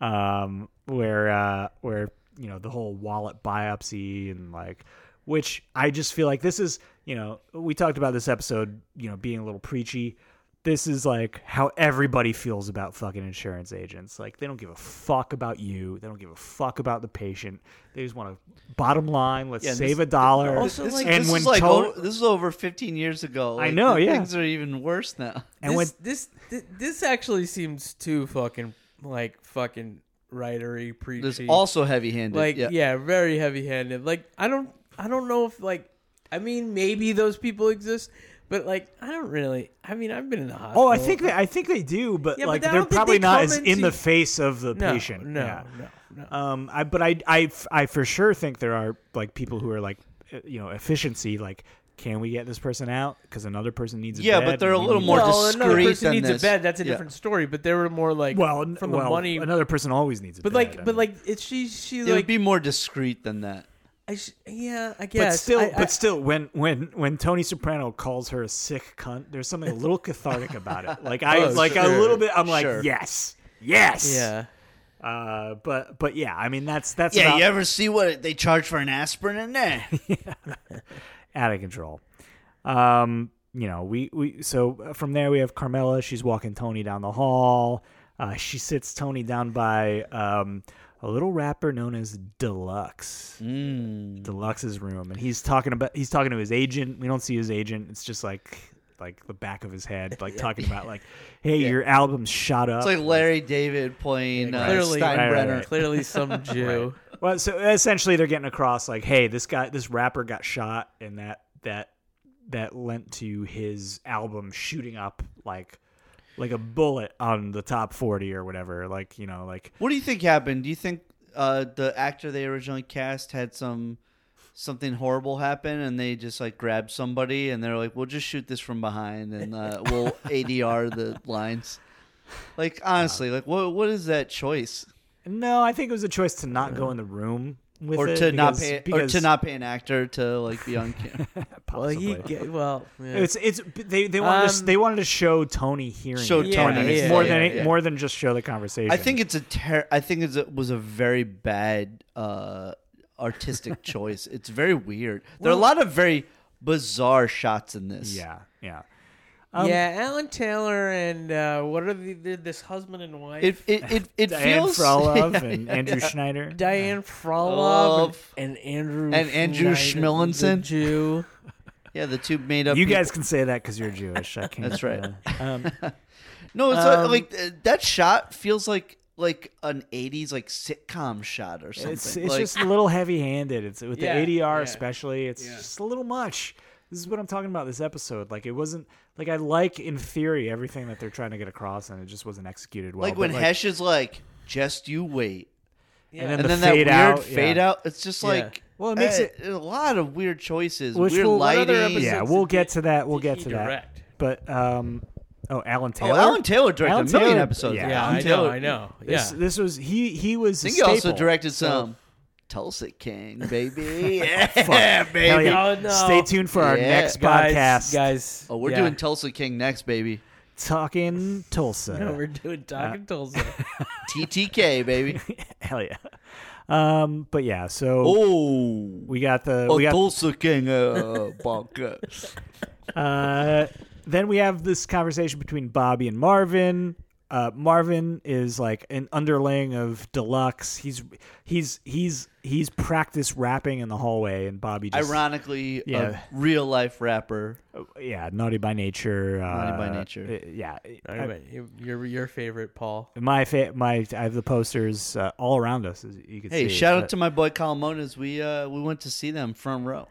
um, where uh, where you know the whole wallet biopsy and like, which I just feel like this is you know we talked about this episode you know being a little preachy. This is like how everybody feels about fucking insurance agents. Like they don't give a fuck about you. They don't give a fuck about the patient. They just want to bottom line. Let's Yeah, and save this- a dollar. also, this, like- oh, this and when is like Tony- o- this is over 15 years ago. I Like, know, the yeah. Things are even worse now. and this, when this thi- this actually seems too fucking like fucking writery preachy. It's also heavy-handed. like yeah. yeah. very heavy handed. Like I don't I don't know if like I mean maybe those people exist, but like I don't really. I mean I've been in the hospital. oh, I think they I think they do, but Yeah, but like I don't they're think they probably not come as in into- the face of the no, patient. No, Yeah. no, no. Um, I but I, I I for sure think there are like people who are like uh, you know e, efficiency like can we get this person out because another person needs a Yeah, bed? but they're a We little need- more well, another discreet person than needs this. a bed. That's a Yeah. different story. But they were more like well n- from the well, money. Another person always needs a but bed. like, I but mean. like, it's she. She it would like. be more discreet than that. I sh- yeah, I But guess. still, I- but still, when when when Tony Soprano calls her a sick cunt, there's something a little cathartic about it. Like I Oh, like a sure, little bit. I'm like sure. yes, yes. I, yeah. Uh, but but yeah, I mean that's that's Yeah, about you ever see what they charge for an aspirin in there? out of control. Um, you know, we we so uh, from there we have Carmela. She's walking Tony down the hall. Uh, she sits Tony down by um, a little rapper known as Deluxe. mm. Deluxe's room, and he's talking about he's talking to his agent. We don't see his agent. It's just like like the back of his head, like talking about like, hey, your album's shot up. It's like Larry David playing uh, Clearly, Steinbrenner. Right, right, right. clearly some Jew. well, so essentially they're getting across like, hey, this guy, this rapper got shot, and that that that lent to his album shooting up like like a bullet on the top forty or whatever. Like you know, like What do you think happened? Do you think uh, the actor they originally cast had some something horrible happen, and they just like grabbed somebody, and they're like, "We'll just shoot this from behind, and uh, we'll ADR the lines." Like honestly, like what what is that choice, no, I think it was a choice to not go in the room with or it to not because- pay, because- or to not pay an actor to like be on camera? Well, he possibly. ga- well, yeah. It's it's they they wanted to, Um, they wanted to show Tony hearing Show it. Tony more Yeah, more yeah, than yeah. more than just show the conversation. I think it's a ter- I think it's a, was a very bad uh, artistic choice. It's very weird. There are a lot of very bizarre shots in this. yeah yeah um, yeah, Alan Taylor and uh, what are the, the this husband and wife? It it it, it Diane feels Frolov and Andrew Schneider. Diane Frolov Love. and, and Andrew And Andrew Schneider, the Schmillinson. Jew. Yeah, the two made up. You people. guys can say that because you're Jewish. I can't. That's right. uh, um, No, it's uh Um, like uh, that shot feels like like an '80s like sitcom shot or something. it's it's Like, just a little heavy-handed. It's with Yeah, the ADR yeah. especially. It's Yeah. just a little much. This is what I'm talking about. This episode, like it wasn't like I like in theory everything that they're trying to get across, and it just wasn't executed well. like But, when Hesh is like, "Just you wait," Yeah. and the then that fade weird out, fade yeah. out. It's just Yeah. like Well, it makes eh, it- a lot of weird choices, Which weird will- what lighting. other yeah. episode- Yeah, Since we'll it- get to that. We'll did get he to direct? that. But um, oh, Alan Taylor. Oh, Alan Taylor directed Alan a million Taylor- episodes. yeah, Yeah, Alan I know, Taylor- I know. Yeah, This, this was he. He was. I think a he also staple. directed So- some Tulsa King, baby. yeah, baby. Hell yeah. Oh, no. Stay tuned for our Yeah. next guys, podcast. guys. Oh, we're yeah. doing Tulsa King next, baby. Talking Tulsa. Uh, No, we're doing talking Tulsa. TTK, baby. Hell yeah. Um, but yeah, so Oh, we got the Oh, we got Tulsa King uh, bunker. uh, then we have this conversation between Bobby and Marvin. Uh, Marvin is like an underling of Deluxe. He's he's he's he's practice rapping in the hallway, and Bobby just Ironically, Yeah. a real life rapper. yeah, naughty by nature. Naughty by uh, Nature. uh, Yeah, All right, your your favorite Paul. I- my fa- my I have the posters uh, all around us. As you can Hey, see. uh, shout But- out to my boy Calamonas. We uh, we went to see them front row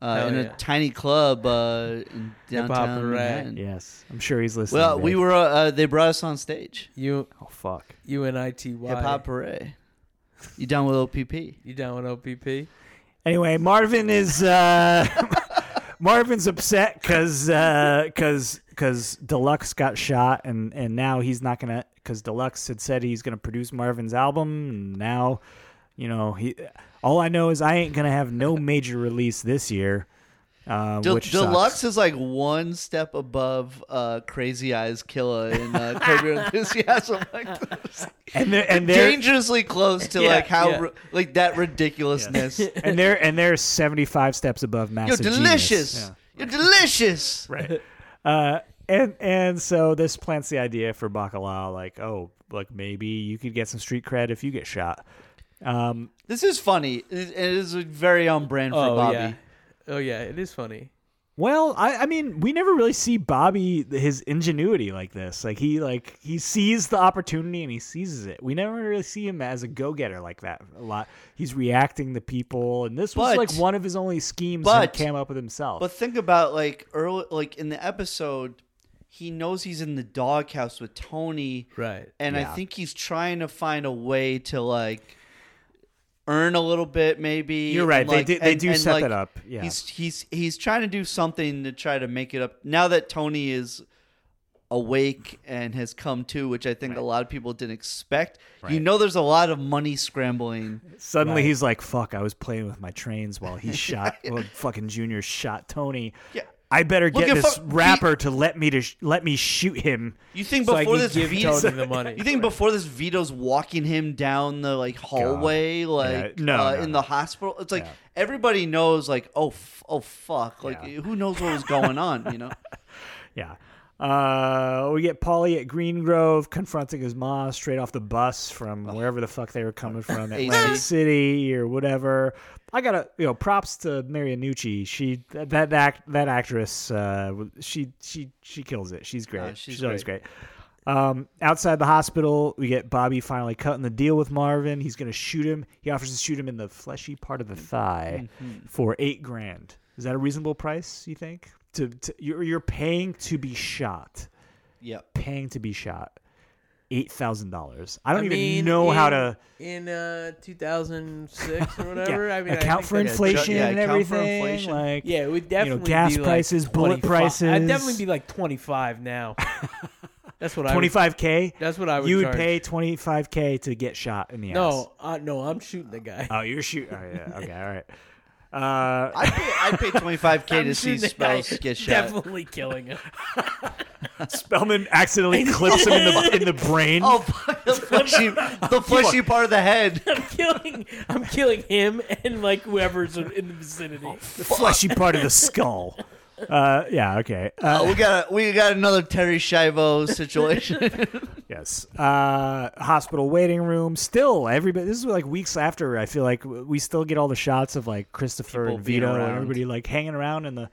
uh, Hell in yeah. a tiny club uh, in Hip-hop downtown rag. Manhattan. yes. I'm sure he's listening. Well, Dave. we were. Uh, uh, they brought us on stage. You Oh fuck. you and ITY. Hip hop parade. You down with OPP? You down with OPP? Anyway, Marvin is uh, Marvin's upset because because because Deluxe got shot and and now he's not gonna because Deluxe had said he's gonna produce Marvin's album and now you know he all I know is I ain't gonna have no major release this year. Uh, Del- which Deluxe sucks. is like one step above uh, Crazy Eyes Killer in uh, Curb Your Enthusiasm. Like this. and they're, and they're dangerously close to Yeah, like how yeah. ri- like that ridiculousness. and they're and they're seventy five steps above You're massive. Genius. delicious. Yeah. You're delicious. right. Uh, and and so this plants the idea for Bacala, like, oh, like maybe you could get some street cred if you get shot. Um, This is funny. It, it is very on brand for oh Bobby. yeah. Oh yeah, it is funny. well, I, I mean, we never really see Bobby his ingenuity like this. Like he like he sees the opportunity and he seizes it. We never really see him as a go getter like that a lot. He's reacting to people, and this was But- like one of his only schemes but- he came up with himself. But think about like early, like in the episode, he knows he's in the doghouse with Tony, Right. and I Yeah. think he's trying to find a way to like earn a little bit, maybe. You're right. and, They like- do- they and- do and, set like, that up. Yeah. He's he's he's trying to do something to try to make it up. Now that Tony is awake and has come to, which I think a lot of people didn't expect. You know, there's a lot of money scrambling. Suddenly Right. he's like, "Fuck! I was playing with my trains while he shot. well, fucking Junior shot Tony. Yeah. I better get at this fuck- he- rapper to let me to sh- let me shoot him. You think So I before can this give Vito- Tony the money. You think before this Vito's walking him down the like hallway, like Yeah. No, uh, no, in no. the hospital. It's like Yeah. everybody knows, like oh f- oh fuck, like Yeah. who knows what was going on, you know? Yeah. Uh, we get Polly at Green Grove confronting his mom straight off the bus from wherever the fuck they were coming from, AC. Atlantic City or whatever. I gotta, you know, props to Marianucci. She that that act, that actress, uh, she she she kills it. She's great. Yeah, she's she's always great. Um, outside the hospital, we get Bobby finally cutting the deal with Marvin. He's gonna shoot him. He offers to shoot him in the fleshy part Mm-hmm. of the thigh for eight grand. Is that a reasonable price? You think? To, to you're you're paying to be shot, Yep. paying to be shot, eight thousand dollars. I don't I even mean, know how in- to in uh 2006 or whatever. I mean, I account think for that- inflation yeah, and account for everything. inflation. Like, Yeah, it would definitely gas be prices, like bullet 25 I'd prices. definitely be like 25 now. That's what I twenty would, five k. That's what I would You would charge. pay twenty five k to get shot in the ass. No, uh, no, I'm shooting the guy. Oh, you're shooting. Oh, yeah. Okay. All right. Uh, I pay, I pay 25k I'm to see shooting the guy. Spells get shot. Definitely killing him. Spellman accidentally clips him in the in the brain. Oh, fuck, the fleshy, the fleshy part of the head. I'm killing. I'm killing him and like whoever's in the vicinity. the fleshy part of the skull. Uh, yeah. Okay. Uh, Uh, we got a, we got another Terry Schiavo situation. Yes. Uh, hospital waiting room. Still, everybody. This is like weeks after. I feel like we still get all the shots of like Christopher People and being Vito and around. everybody like hanging around in the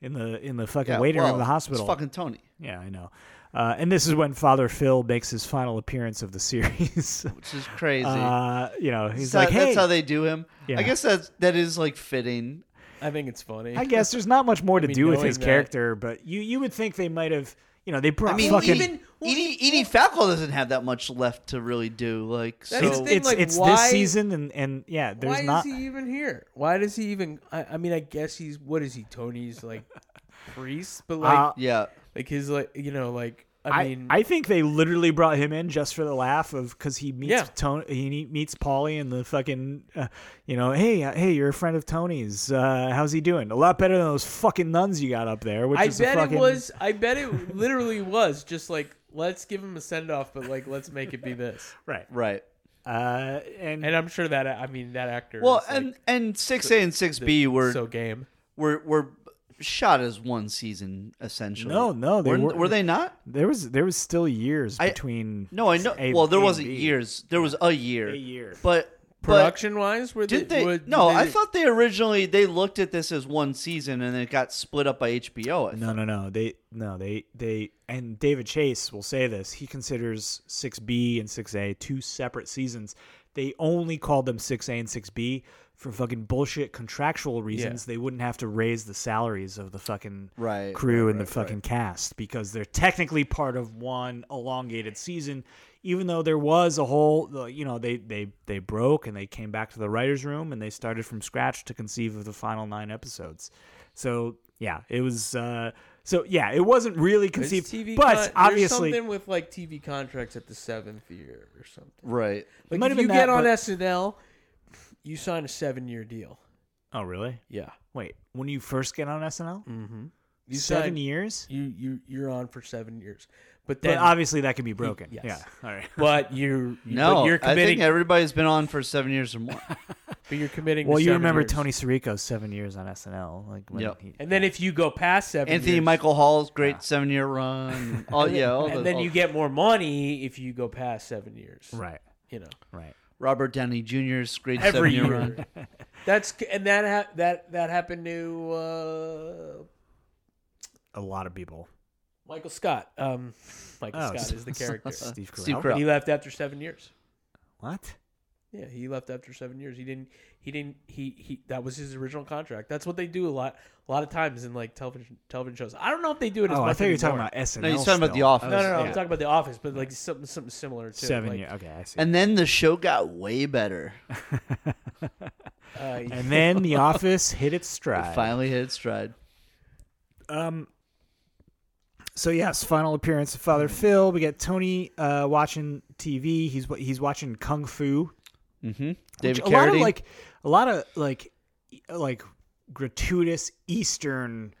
in the in the fucking Yeah, waiting room well, of the hospital. It's fucking Tony. yeah, I know. Uh, and this is when Father Phil makes his final appearance of the series. Which is crazy. uh, you know, he's So like, "Hey, that's how they do him. Yeah. I guess that's that is like fitting. I think it's funny. I guess there's not much more to mean, do with knowing his that- character, but you you would think they might have, you know, they brought I mean, fucking E even Edie, e, Edie Falco doesn't have that much left to really do. Like, so That's the thing, it's like, it's why- this season and and yeah, there's Why not uh, is he even here? Why does he even? I, I mean, I guess he's what is he? Tony's like priest, but like, Uh, yeah, like his like you know like I, I, mean, I think they literally brought him in just for the laugh of because he meets Yeah. Tony, he meets Polly and the fucking, uh, you know, hey, uh, hey, you're a friend of Tony's. Uh, how's he doing? A lot better than those fucking nuns you got up there. Which I is a bet fucking, it was. I bet it literally was just like let's give him a send off, but like let's make it be this. right. right. Uh, and And I'm sure that I mean that actor. Well, is, like, and and six A and six B were so game. were were shot as one season essentially. No, no, they Weren't- weren't. were they not? there was there was still years I- between. No, I know. A- well, there A and wasn't B. years. There was a year. A year. But production. Production wise, were Did they? they? would- no, did I they- thought they originally they looked at this as one season and then it got split up by HBO. I No, no, no. They no, they they and David Chase will say this. He considers 6B and 6A two separate seasons. They only called them 6A and 6B for fucking bullshit contractual reasons. They wouldn't have to raise the salaries of the fucking Right, crew and the fucking cast because they're technically part of one elongated season. Even though there was a whole, you know, they they they broke and they came back to the writers' room and they started from scratch to conceive of the final nine episodes. So yeah, it was. Uh, so yeah, it wasn't really There's conceived, TV but con- obviously, there's something with like TV contracts at the seventh year or something. Right. Like might if have you been get that, on but- SNL, you sign a seven-year deal. oh really? Yeah, Wait, when you first get on SNL, you seven sign- years, You you you're on for seven years, but but then but, obviously that could be broken. yes. Yeah, all right. you're No, but you're I committing. think everybody's been on for seven years or more. but you're committing. to Well, you seven remember years. Tony Sirico's seven years on SNL, like when Yep. he, And then if you go past seven, Anthony years- Michael Hall's great seven-year run. Oh yeah, all the, and then all- you get more money if you go past seven years. right, You know, right. Robert Downey Jr.'s great every seven-year year. run. That's and that ha- that that happened to uh, a lot of people. Michael Scott. Um, Oh, Michael Scott is the character. Steve Carell. Steve Carell. He left after seven years. What? Yeah, he left after seven years. He didn't. He didn't. He he. That was his original contract. That's what they do a lot. A lot of times in like television television shows. I don't know if they do it as Oh, much. I thought you were talking anymore. about SNL. No, he's talking about still. The Office. No, no, no. I'm yeah. talking about The Office, but like something something similar too. Seven like, years. Okay, I see. And then the show got way better. Uh, And then The Office hit its It stride. finally hit its stride. Um. So yes, final appearance of Father Phil. We got Tony uh, watching TV. He's wa- he's watching Kung Fu. Mm-hmm. which David a lot of Carradine. like a lot of like e- like gratuitous Eastern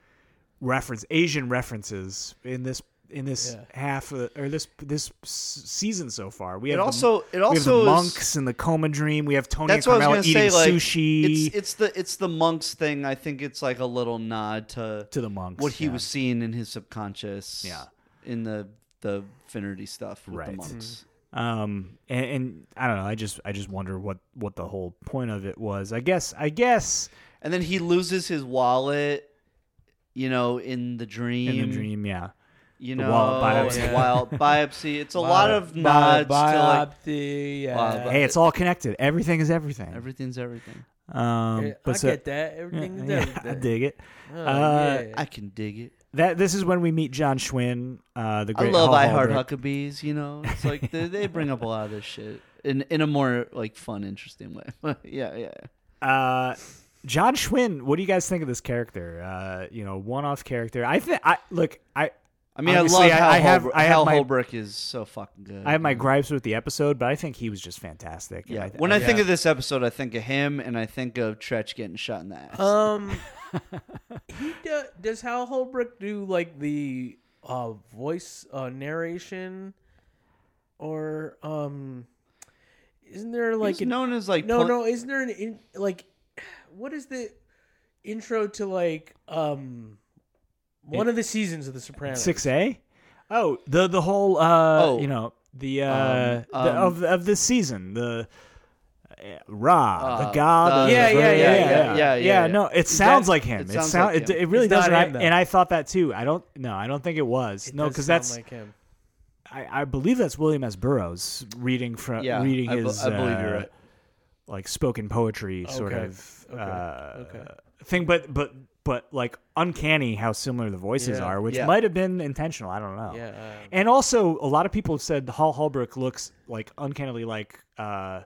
reference Asian references in this in this Yeah. half of, or this this s- season so far. We it have the- also it we have the also is- monks and the coma dream. We have Tony That's and what I Carmella was gonna say. eating Like sushi it's it's the it's the monks thing. I think it's like a little nod to to the monks. what he yeah. was seeing in his subconscious. Yeah. In the the Finnerty stuff with the Right. monks. um and, and i don't know i just i just wonder what what the whole point of it was i guess i guess And then he loses his wallet, you know, in the dream. in the dream yeah You The know, wallet biopsy. and the Yeah. wild biopsy. It's a lot of bi- nods to like biopsy, yeah. Wow, but- hey it's all connected everything is everything everything's everything. um Yeah, but I so, get that. Everything yeah, does i that. dig it Oh, Uh, yeah. I can dig it. that this is when we meet john schwinn uh the I great love Hal I Heart Holbrook. Huckabees. You know, it's like they, they bring up a lot of this shit in in a more like fun, interesting way. yeah, yeah. uh john schwinn what do you guys think of this character uh you know one-off character i think i look i I mean, Honestly, I love I- how I have- Holbrook, I have how my- Holbrook is so fucking good. i have my gripes with the episode but i think he was just fantastic And Mm-hmm. yeah. I- When I think Yeah. of this episode, I think of him and I think of Tretch getting shot in the ass. Uh, um, he do, does Hal Holbrook do like the uh, voice uh, narration, or um, isn't there like He's an- known as like no pl- no isn't there an in, like what is the intro to like um one of the seasons of The Sopranos? Six A. Oh, the the whole uh, Oh. you know the, uh, Um, the um, of of this season the. Uh, Ra, Uh, the god, uh, of- Yeah, yeah, yeah, yeah, yeah, yeah, yeah. No, it that- sounds like him. it It, sounds sound- like it, him. it really It's not doesn't. I- him, though. and I thought that too. I don't. No, I don't think it was. It no, does because sound that's. like him. I, I believe that's William S. Burroughs reading from yeah, reading I, be- his. I believe uh, you're right. Like spoken poetry, sort Okay. of Okay. Uh, Okay. thing, but but but like uncanny how similar the voices Yeah. are, which Yeah. might have been intentional. I don't know. Yeah. uh, And also, a lot of people have said Hal Holbrook looks like uncannily like uh,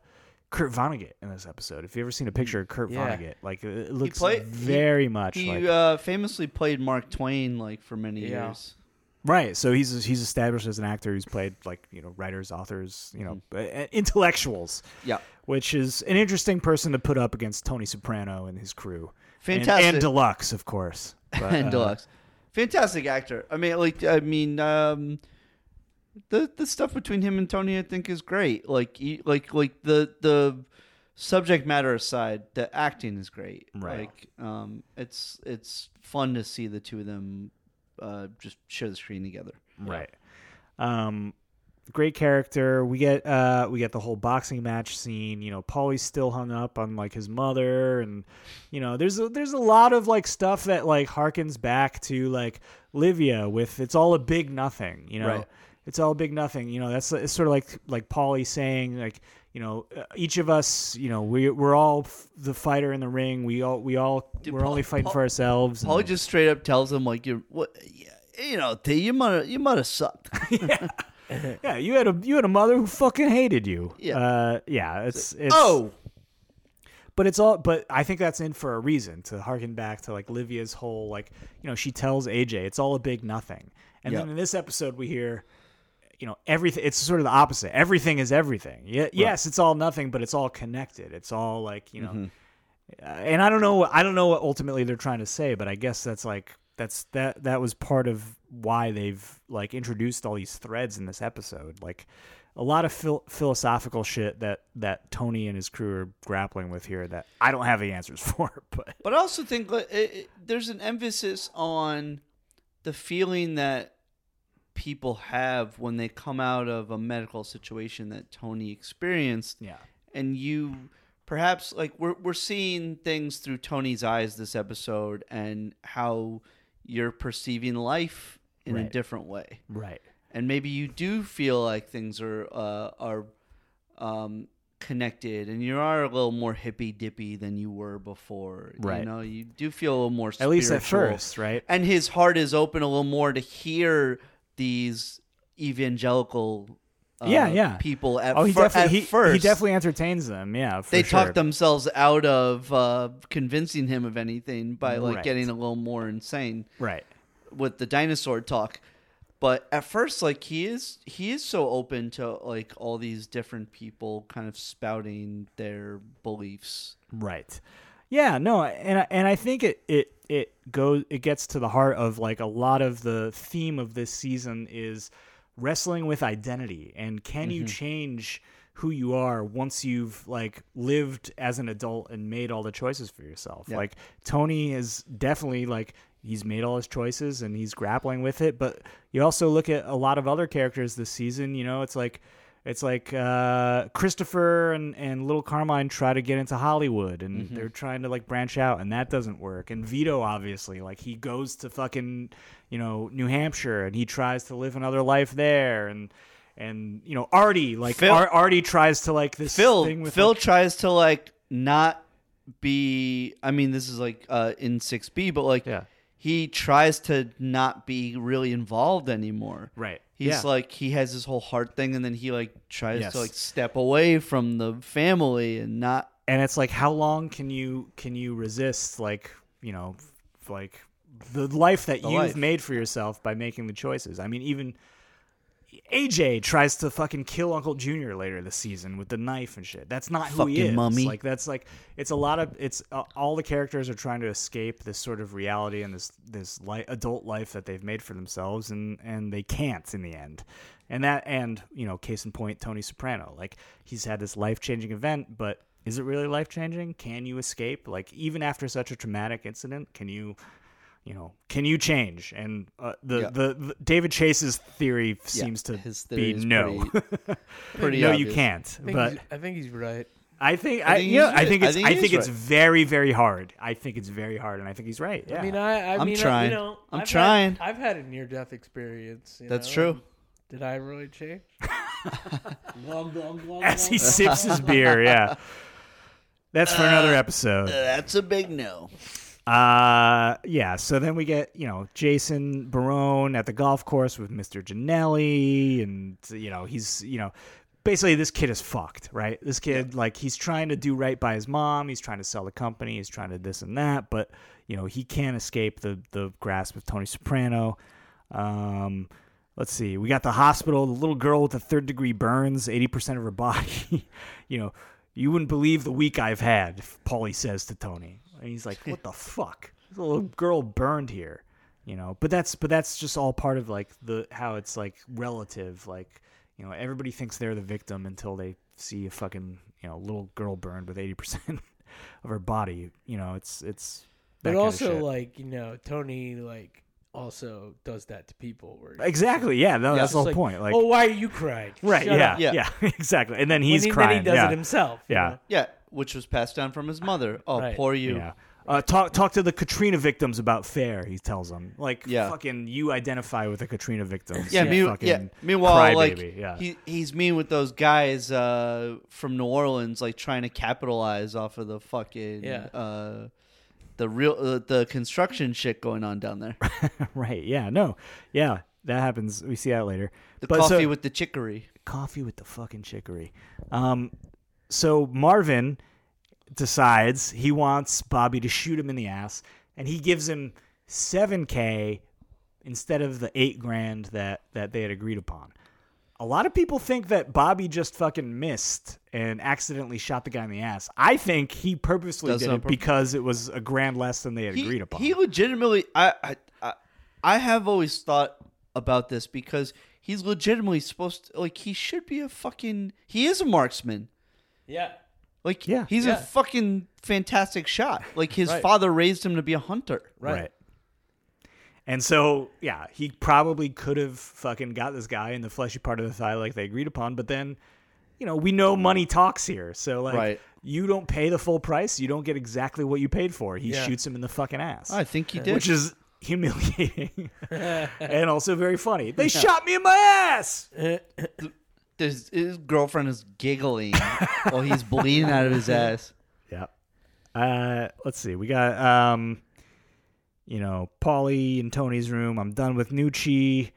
Kurt Vonnegut in this episode. If you have ever seen a picture of Kurt Yeah. Vonnegut, like it looks play- very much He like uh, famously played Mark Twain like for many Yeah. years. right. So he's he's established as an actor who's played like you know writers, authors, you know uh, intellectuals, Yeah, which is an interesting person to put up against Tony Soprano and his crew. And- fantastic. and, deluxe, of course. But, and uh, Deluxe, fantastic actor. I mean, like, I mean, um, the the stuff between him and Tony, I think, is great. Like, he, like, like the the subject matter aside, the acting is great. Right. Like, um, it's it's fun to see the two of them, uh, just share the screen together. Right. Um great character. We get uh we get the whole boxing match scene, you know, Paulie's still hung up on like his mother and you know, there's a, there's a lot of like stuff that like harkens back to like Livia with it's all a big nothing, you know. Right. It's all big nothing, you know. That's it's sort of like like Paulie saying like, you know, uh, each of us, you know, we we're all f- the fighter in the ring. We all we all Dude, we're Paul- only fighting Paul- for ourselves. and- Paul just straight up tells him like you're what. yeah, You know, T, you might you might have sucked. Yeah, you had a you had a mother who fucking hated you. Yeah. uh, yeah. It's, it's oh, but it's all. But I think that's in for a reason to harken back to like Livia's whole like you know she tells AJ it's all a big nothing, and Yeah. then in this episode we hear you know everything. It's sort of the opposite. Everything is everything. Yeah, yes, it's all nothing, but it's all connected. It's all like you know, Mm-hmm. uh, and I don't know. I don't know what ultimately they're trying to say, but I guess that's like that's that that was part of why they've like introduced all these threads in this episode. Like a lot of phil- philosophical shit that that Tony and his crew are grappling with here that I don't have the answers for. But But I also think like, it, it, there's an emphasis on the feeling that people have when they come out of a medical situation that Tony experienced, yeah, and you perhaps like we're we're seeing things through Tony's eyes this episode, and how you're perceiving life in a Right. different way right. and maybe you do feel like things are uh, are um, connected and you are a little more hippy dippy than you were before. Right. You know, you do feel a little more At least at spiritual. first, right? And his heart is open a little more to hear these evangelical uh, Yeah, yeah. people at, Oh, he fir- at definitely he, first. he definitely entertains them. Yeah, for they sure. talk themselves out of uh, convincing him of anything by like Right. getting a little more insane right. with the dinosaur talk but at first like he is he is so open to like all these different people kind of spouting their beliefs Right. Yeah, no, and I- and I think it it it goes it gets to the heart of like a lot of the theme of this season is wrestling with identity and can you change who you are once you've like lived as an adult and made all the choices for yourself. Yeah. Like Tony is definitely like he's made all his choices and he's grappling with it, but you also look at a lot of other characters this season, you know, it's like it's like uh, Christopher and, and little Carmine try to get into Hollywood and Mm-hmm. they're trying to like branch out and that doesn't work. And Vito obviously like he goes to fucking, you know, New Hampshire and he tries to live another life there and and you know Artie like Phil- Ar- Artie tries to like this thing phil with phil like- tries to like not be i mean this is like uh in 6b but like Yeah. he tries to not be really involved anymore right He's yeah. like he has his whole heart thing, and then he like tries Yes. to like step away from the family and not. and it's like how long can you can you resist like you know f- like the life that you've life. made for yourself by making the choices i mean even aj tries to fucking kill uncle junior later this season with the knife and shit that's not who he Fucking is mummy. like that's like it's a lot of it's uh, all the characters are trying to escape this sort of reality and this this li- adult life that they've made for themselves and and they can't in the end and that and you know case in point tony soprano like he's had this life-changing event but is it really life-changing can you escape like even after such a traumatic incident can you you know can you change and uh, the, Yeah. the the david chase's theory seems to his theory be is no pretty- pretty no you obvious. can't I think, but he's, I think he's right. I think I I, think you know, he's I right. think I it's I think think, he is it's right. very very hard. I think it's very hard, and I think he's right. Yeah, I mean, I, I I'm mean, I, trying. you know, I'm I've had- trying. I've had a near-death experience. you That's know, true. and Did I really change? Glum, glum, glum, as he glum. sips his beer, yeah. That's for another Uh, episode. That's a big no. Uh, yeah. So then we get you know Jason Barone at the golf course with Mister Janelli, and you know he's you know basically this kid is fucked, right? This kid like he's trying to do right by his mom, he's trying to sell the company, he's trying to this and that, but you know he can't escape the the grasp of Tony Soprano. Um, let's see, we got the hospital, the little girl with the third degree burns, eighty percent of her body. you know, you wouldn't believe the week I've had. Paulie says to Tony, and he's like, "What the fuck? This little girl burned here." You know, but that's but that's just all part of like the how it's like relative. Like you know, everybody thinks they're the victim until they see a fucking you know little girl burned with eighty percent of her body. You know, it's it's. But that kind of also, shit. like you know, Tony like also does that to people. Where he's Exactly. Yeah. No, just that's the whole uh, like, point. Like, oh, why are you crying? right. Shut Yeah, up." Yeah. yeah. Exactly. And then When he's he, Then he crying. does yeah. it himself. you Yeah. know? Yeah, which was passed down from his mother. Oh, Right. poor you. Yeah. Uh, talk talk to the Katrina victims about fair. He tells them like, Yeah. fucking, you identify with the Katrina victims. Yeah, you mean- fucking yeah. Meanwhile, like crybaby. yeah, he he's mean with those guys uh, from New Orleans, like trying to capitalize off of the fucking Yeah. uh, the real uh, the construction shit going on down there. right, yeah, no, yeah, that happens. We see that later. The But so- coffee with the chicory. coffee with the fucking chicory. Um, so Marvin decides he wants Bobby to shoot him in the ass, and he gives him seven k instead of the eight grand that that they had agreed upon. A lot of people think that Bobby just fucking missed and accidentally shot the guy in the ass. I think he purposely Does it did on it purpose. because it was a grand less than they had he, agreed upon. He legitimately, I, I, I, I have always thought about this because he's legitimately supposed to, like, he should be a fucking, he is a marksman. Yeah. Like, Yeah. he's Yeah. a fucking fantastic shot. Like, his Right. father raised him to be a hunter. Right. And so, yeah, he probably could have fucking got this guy in the fleshy part of the thigh like they agreed upon, but then, you know, we know money talks here. So like Right. you don't pay the full price, you don't get exactly what you paid for. He Yeah. shoots him in the fucking ass. I think he did. which is humiliating and also very funny. They shot me in my ass. His, his girlfriend is giggling while he's bleeding out of his ass. Yeah. Uh, let's see. We got um, you know, Polly in Tony's room. I'm done with Nucci,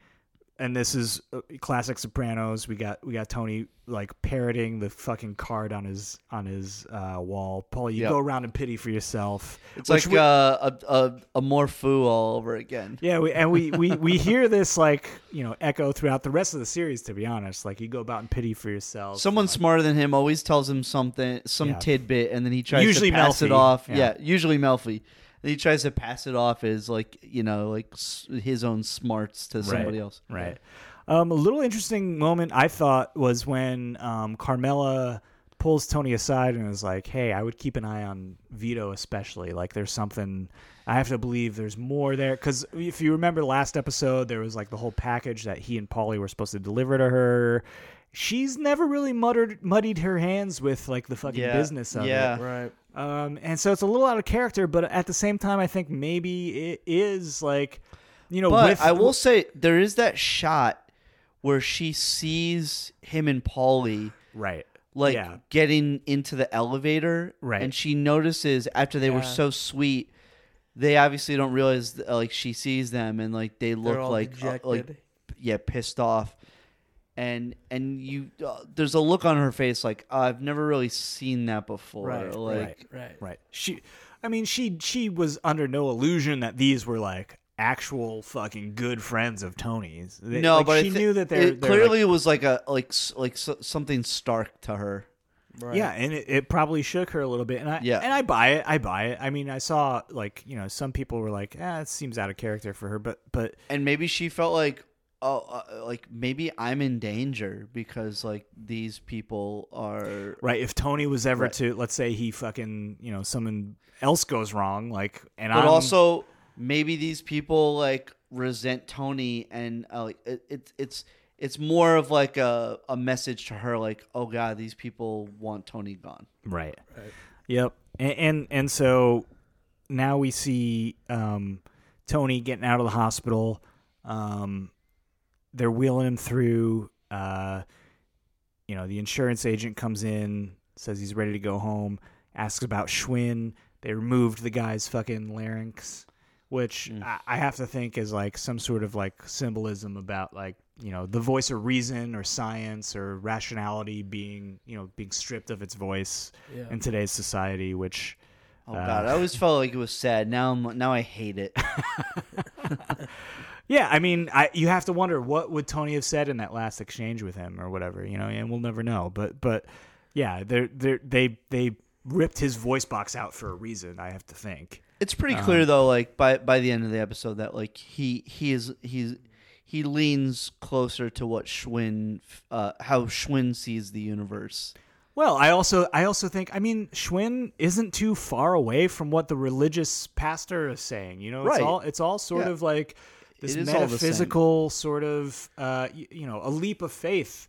and this is uh, classic Sopranos. We got we got Tony like parroting the fucking card on his on his uh, wall. Polly, you Yep. go around and pity for yourself. It's Which like we- uh, a a a more foo all over again. yeah, we, and we, we we hear this like you know echo throughout the rest of the series. To be honest, like you go about and pity for yourself. Someone smarter than him always tells him something, some Yeah. tidbit, and then he tries Usually to pass Melfi, it off. yeah. Yeah. usually Melfi. And he tries to pass it off as like you know, like s- his own smarts to somebody else. Right. Um, a little interesting moment I thought was when um, Carmela pulls Tony aside and is like, "Hey, I would keep an eye on Vito, especially. Like, there's something I have to believe. There's more there because if you remember last episode, there was like the whole package that he and Polly were supposed to deliver to her. She's never really muttered, muddied her hands with like the fucking Yeah. business of it. Yeah. Right. Um, and so it's a little out of character, but at the same time, I think maybe it is like, you know, But with, I will say there is that shot where she sees him and Polly right, like yeah, getting into the elevator, Right. And she notices after they were so sweet, they obviously don't realize uh, like she sees them and like they They're look all like uh, dejected. like yeah pissed off, and and you uh, there's a look on her face like I've never really seen that before, Right, like. right. right. Right. She I mean she she was under no illusion that these were like actual fucking good friends of Tony's. They- No, like, but I she thi- knew that they're, it they're, clearly was like a like s- like s something stark to her. Right. like- yeah, and it, it probably shook her a little bit, and I Yeah. and I buy it. I buy it. I mean, I saw like you know some people were like, "Ah, it seems out of character for her," but but and maybe she felt like oh uh, like maybe i'm in danger because like these people are right, if Tony was ever Right. to let's say he fucking you know someone else goes wrong, like and but I'm, also maybe these people like resent tony and uh, like it, it, it's it's more of like a, a message to her like oh god these people want tony gone Right. Yep. And, and and so now we see um, Tony getting out of the hospital. Um, they're wheeling him through. Uh, you know, the insurance agent comes in, says he's ready to go home, asks about Schwinn. They removed the guy's fucking larynx, which I, I have to think is like some sort of like symbolism about like you know the voice of reason or science or rationality being you know being stripped of its voice Yeah. in today's society, which oh god i always felt like it was sad now i'm now i hate it Yeah, I mean, I you have to wonder what would Tony have said in that last exchange with him or whatever, you know, and we'll never know. But but yeah, they they they they ripped his voice box out for a reason. I have to think. It's pretty Um, clear though, like by by the end of the episode, that like he he is he's he leans closer to what Schwinn, uh, how Schwinn sees the universe. Well, I also I also think I mean Schwinn isn't too far away from what the religious pastor is saying. You know, it's Right. all it's all sort Yeah. of like this It is all the same. metaphysical sort of uh, y- you know a leap of faith,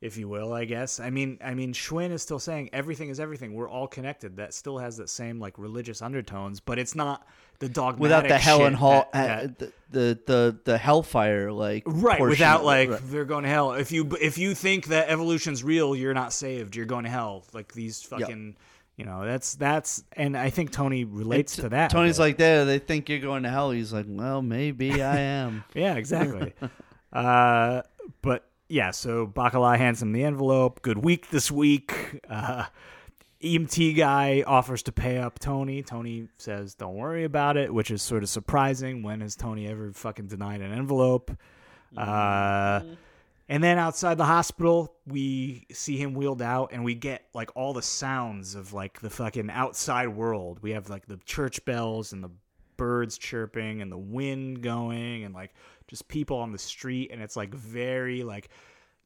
if you will. I guess. I mean, I mean Schwinn is still saying everything is everything. We're all connected. That still has that same like religious undertones, but it's not the dogmatic Without the hell shit and hall, that- uh, that- the, the the the hellfire, like Right, portion without of it. like Right. they're going to hell. If you if you think that evolution's real, you're not saved. You're going to hell. Like these fucking, you know, that's that's. And I think Tony relates to that. a Tony's bit. like, there. They think you're going to hell. He's like, well, maybe I am. yeah, exactly. uh, but yeah, so Bacala hands him the envelope. Good week this week. Uh, EMT guy offers to pay up Tony. Tony says, "Don't worry about it," which is sort of surprising. When has Tony ever fucking denied an envelope? Uh, and then outside the hospital, we see him wheeled out, and we get like all the sounds of like the fucking outside world. We have like the church bells and the birds chirping and the wind going, and like just people on the street, and it's like very like.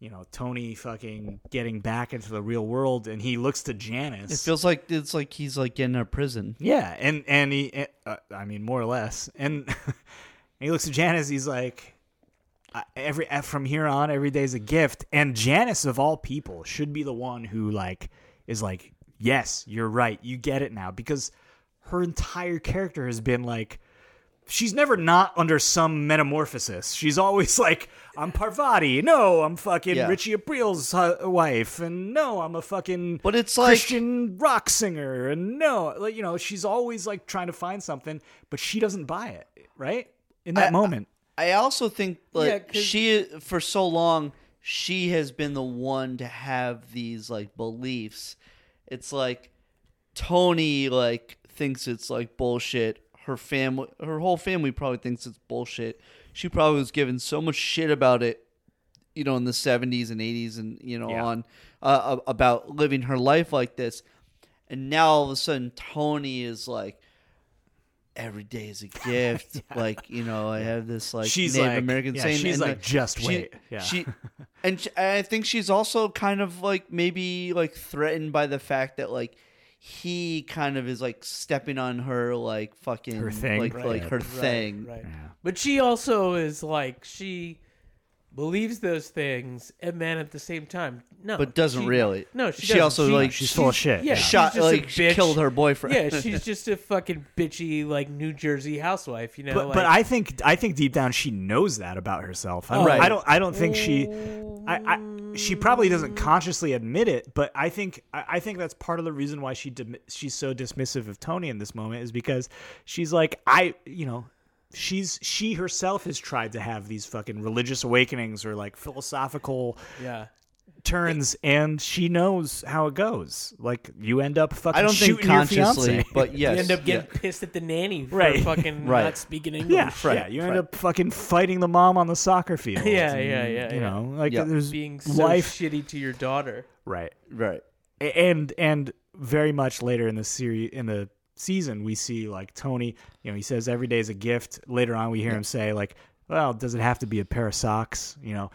You know, Tony fucking getting back into the real world, and he looks to Janice. it feels like it's like he's like in a prison. Yeah, and and he, uh, I mean, more or less. And, and he looks at Janice. He's like, "I- every uh, from here on, every day's a gift. And Janice, of all people, should be the one who like is like, yes, you're right, you get it now, because her entire character has been like, she's never not under some metamorphosis. She's always like, I'm Parvati. No, I'm fucking Yeah. Richie April's hu- wife, and no, I'm a fucking But it's like- Christian rock singer, and no, like you know, she's always like trying to find something, but she doesn't buy it, right? In that I- moment, I also think like Yeah, 'cause- she for so long she has been the one to have these like beliefs. It's like Tony like thinks it's like bullshit. Her family, her whole family probably thinks it's bullshit. She probably was given so much shit about it, you know, in the seventies and eighties, and you know, Yeah. on uh, a- about living her life like this. And now all of a sudden, Tony is like, every day is a gift. Like you know, I have this like She's Native like- American yeah, saying. she's and like, the- "Just she- wait." Yeah. She and sh I think she's also kind of like maybe like threatened by the fact that like he kind of is like stepping on her like fucking Her thing. like Right, like her thing. Right. Yeah. But she also is like she believes those things, and then at the same time, no, But doesn't she- really. No, she, She doesn't. also, like, She's full of shit. Yeah, She's Shot she's just a like she bitch. killed her boyfriend. Yeah, she's just a fucking bitchy like New Jersey housewife, you know. but like, but I think I think deep down she knows that about herself. I don't, Right. I don't I don't think she I, I she probably doesn't consciously admit it, but I think I, I think that's part of the reason why she dim- she's so dismissive of Tony in this moment is because she's like I you know she's she herself has tried to have these fucking religious awakenings or like philosophical yeah. turns and she knows how it goes. Like you end up fucking I don't shooting think your consciously, fiancé. but yes, You end up yeah. getting pissed at the nanny for Right. fucking Right. not speaking English. Yeah, Right, yeah. You end right. up fucking fighting the mom on the soccer field. Yeah, and, yeah, yeah, You yeah. know, like Yeah. there's Being so life, shitty to your daughter. right? right. A- And and very much later in the series, in the season, we see like Tony. You know, he says every day is a gift. Later on, we hear him say like, "Well, does it have to be a pair of socks?" You know,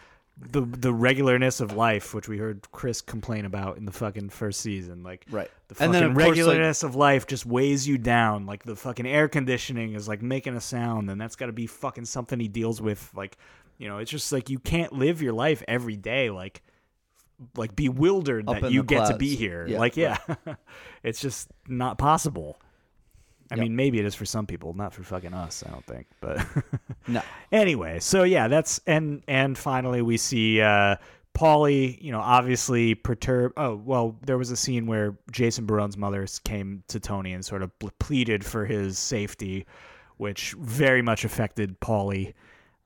the the regularness of life, which we heard Chris complain about in the fucking first season, like Right. The fucking And then, of course, like- regularness of life just weighs you down. Like the fucking air conditioning is like making a sound, and that's got to be fucking something he deals with. Like, you know, it's just like you can't live your life every day like like bewildered Up that in you the get to clouds. be here. Yeah, like, yeah, it's just not possible. I Yep. mean, maybe it is for some people, not for fucking us. I don't think, but No. anyway, so yeah, that's and and finally we see uh Polly, you know, obviously perturbed. Oh, well, there was a scene where Jason Barone's mother came to Tony and sort of ple- pleaded for his safety, which very much affected Polly.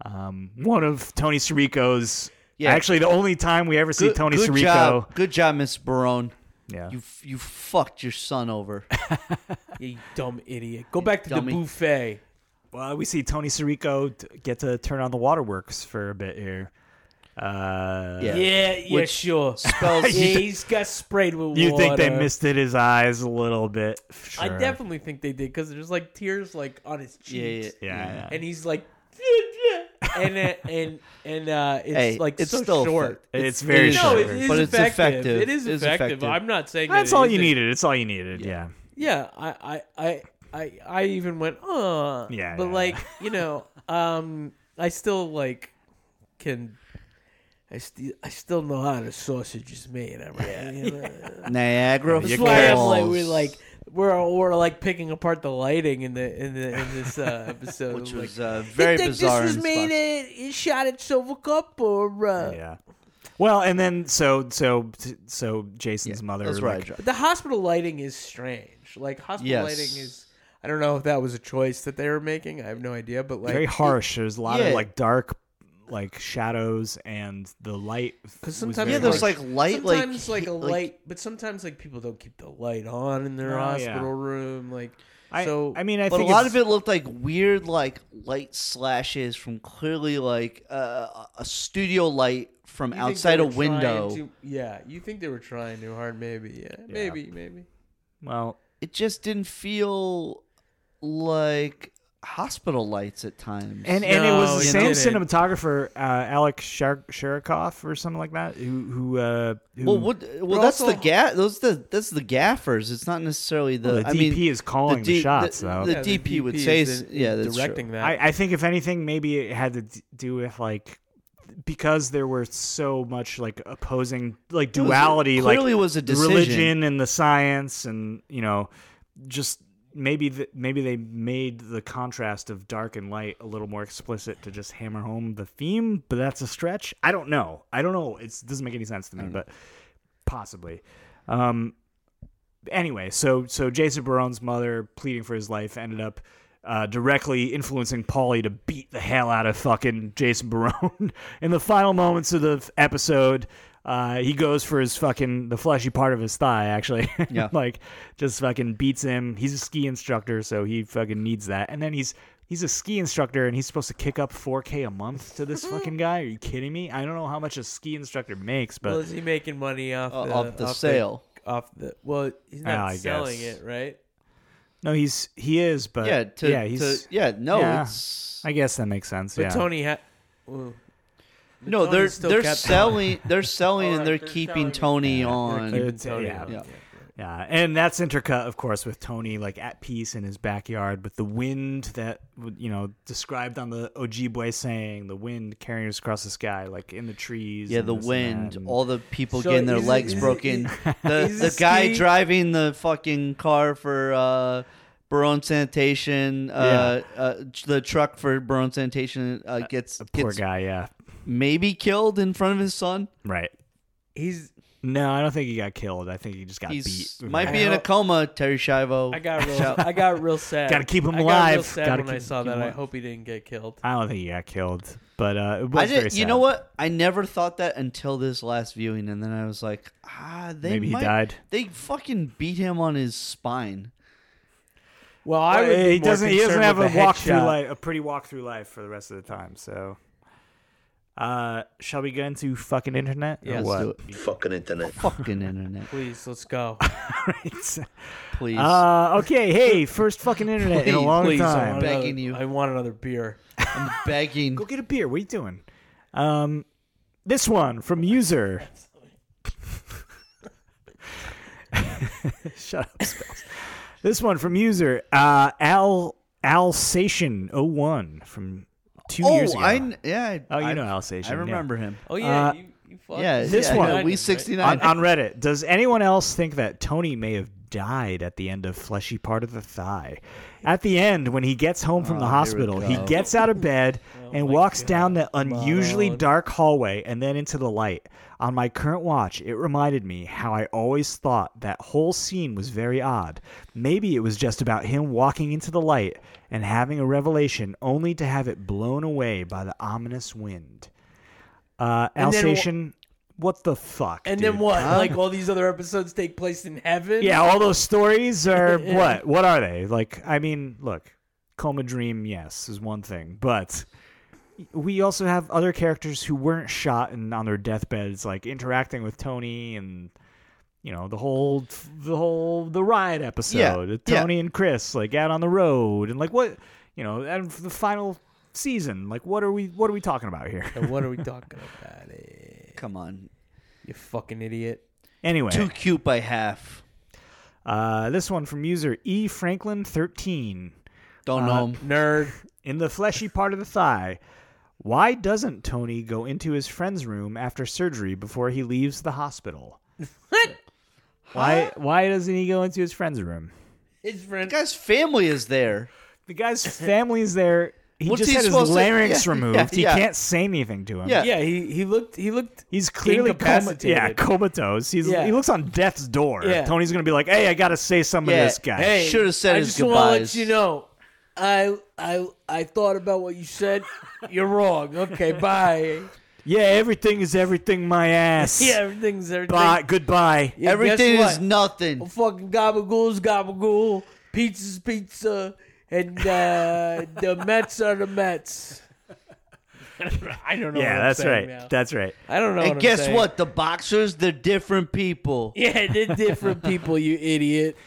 Um, one of Tony Sirico's, Yeah. actually the only time we ever see Good- Tony good Sirico. Job. Good job, Miss Barone. Yeah. You f- you fucked your son over. Yeah, you dumb idiot. Go back to dummy. the buffet. Well, we see Tony Sirico t- get to turn on the waterworks for a bit here. Uh, Yeah. Yeah, yeah, Which sure. spells- yeah, You thi- he's got sprayed with You think they water. misted his eyes a little bit? I Sure. definitely think they did because there's like tears like on his cheeks, Yeah, yeah, Yeah, yeah. and he's like, and uh, and and uh, it's Hey, like it's so still short. effective. It's very it is No, short. it short, is but it's effective. effective. It is It's effective. I'm not saying that That's it all you isn't. needed. It's all you needed. Yeah. Yeah, I I I I, I even went, uh Yeah, But yeah, like you know, um, I still like can. I still I still know how the sausage is made. I'm right. you know? Niagara That's Falls. why I'm like we're like we're we're like picking apart the lighting in the in the in this uh, episode. which like, was uh, very think bizarre. This and was made sponsored. at, it shot at Silver Cup or uh, Yeah. Well, and then so so so Jason's mother. That's like, right. John. But the hospital lighting is strange. Like hospital Yes. lighting is. I don't know if that was a choice that they were making. I have no idea. But like Very harsh. There's a lot Yeah. of like dark, like shadows, and the light. Because was sometimes very Yeah, there's harsh. like light, like sometimes like, he- a light, but sometimes like people don't keep the light on in their Oh, yeah. hospital room. Like I, so, I mean, I but a think lot it's- of it looked like weird, like light slashes from clearly like uh, a studio light from you think they outside a were trying window. to- yeah, you think they were trying too hard? Maybe. Yeah. Maybe. Maybe. Well, It just didn't feel like hospital lights at times. and and it was No, the it same didn't. cinematographer, uh, Alex Shar- Sharikoff or something like that, who who. Uh, who well, what, well, but that's also- the ga- Those the that's the gaffers. It's not necessarily the. Well, the I DP mean, is calling the D- shots, though. The, Yeah, DP, would say, s- is in- yeah, is that's directing that. I, I think if anything, maybe it had to d- do with like because there were so much like opposing like was- duality, like clearly was a the decision. religion and the science, and you know, just maybe th- maybe they made the contrast of dark and light a little more explicit to just hammer home the theme, but that's a stretch. I don't know. I don't know. It doesn't make any sense to me, Mm. but possibly. Um, anyway, so so Jason Barone's mother pleading for his life ended up uh, directly influencing Paulie to beat the hell out of fucking Jason Barone in the final moments of the f- episode. Uh, he goes for his fucking the fleshy part of his thigh, actually. Yeah. like just fucking beats him. He's a ski instructor, so he fucking needs that. And then he's he's a ski instructor, and he's supposed to kick up 4k a month to this fucking guy. Are you kidding me? I don't know how much a ski instructor makes, but well, is he making money off Uh, the, off the sale. off the well, he's Ah, not I selling guess. it, right? no, he's he is, but yeah, to, uh, yeah, he's. to- yeah, no, yeah. it's I guess that makes sense. But yeah. Tony had. Well, no, Tony they're still they're kept- selling, they're selling, Alright, and they're, they're keeping selling- Tony on. keeping It's- Tony yeah. on, Yeah. Yeah, and that's intercut, of course, with Tony like at peace in his backyard with the wind that you know described on the Ojibwe saying, the wind carrying us across the sky, like in the trees. yeah, and the this and wind, that, and- all the people So getting their is it- legs is it- broken. is the the it guy ski- driving the fucking car for uh, Barone Sanitation, uh, uh, the truck for Barone Sanitation uh, gets, poor gets guy. Yeah, maybe killed in front of his son. right. He's. No, I don't think he got killed. I think he just got He's beat. might I be in a hope- coma. Terry Shivo. I got real. Shout- I got real sad. Gotta keep him I Got real alive. sad Gotta when I keep- saw keep that. him I alive. hope he didn't get killed. I don't think he got killed, but uh, it was I very did, sad. you know what? I never thought that until this last viewing, and then I was like, ah, they Maybe he might- died. They fucking beat him on his spine. Well, I would. Well, be he more doesn't. He doesn't concerned have a with walk through headshot. life, a pretty walk through life for the rest of the time. So, uh, shall we get into fucking internet? or Yeah, let's what? do it. Fucking internet. Fucking internet, Please, let's go. Right. please. Uh, okay, hey, first fucking internet in a Please, long please, I time. want I'm begging another- you. I want another beer. I'm begging. Go get a beer. What are you doing? Um, this one from user. Shut up, spells. This one from user uh, Al Alsatian01 from two years Oh, ago. I kn- yeah. I- oh, you I, know I Alsatian. yeah. remember him. Oh yeah, Uh, you, you fucked Yeah, This yeah, I one. know, we Right? sixty nine. on, on Reddit. Does anyone else think that Tony may have died at the end of fleshy part of the thigh? At the end, when he gets home from the Oh, here we hospital, he go. gets out of bed and my walks God, down the unusually Maude. dark hallway and then into the light. On my current watch, it reminded me how I always thought that whole scene was very odd. Maybe it was just about him walking into the light and having a revelation only to have it blown away by the ominous wind. Uh, And then wh- Alsatian, what the fuck? And dude? then what? Like all these other episodes take place in heaven. Yeah, all those stories are what? What are they? Like, I mean, look, coma dream, yes, is one thing, but we also have other characters who weren't shot and on their deathbeds, like interacting with Tony and you know the whole the whole the riot episode. Yeah, yeah. Tony and Chris like out on the road and like what you know and the final season. Like, what are we what are we talking about here? And what are we talking about? eh? Come on, You fucking idiot. Anyway, too cute by half. uh, this one from user e franklin thirteen. Don't Uh, know him. Nerd. in the fleshy part of the thigh. Why doesn't Tony go into his friend's room after surgery before he leaves the hospital? Why why doesn't he go into his friend's room? His The friend. guy's family is there. The guy's family's there. He What's just he had his supposed to- larynx yeah, removed. yeah, he yeah. can't say anything to him. Yeah. Yeah, he, he looked he looked He's clearly coma- Incapacitated. yeah, comatose. He's, Yeah. He looks on death's door. Yeah. Tony's going to be like, hey, I got to say some Yeah. of this guy. Hey, Should have said I his just wanna goodbyes. let you know. I I I thought about what you said. You're wrong. Okay, bye. Yeah, everything is everything, my ass. Yeah, everything's everything. Bye. Goodbye. Yeah, guess Everything is what? Oh, nothing. fucking gabagool's gabagool, pizza's pizza, and uh, the Mets are the Mets. I don't know. Yeah, what that's I'm saying right. now. That's right. I don't know. and what I'm guess saying. what? The boxers, they're different people. Yeah, they're different people, you idiot.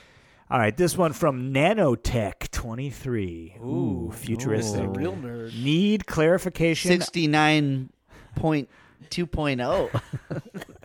All right, this one from Nanotech 23. Ooh, futuristic. Ooh, real nerd. Need clarification. 69.2.0.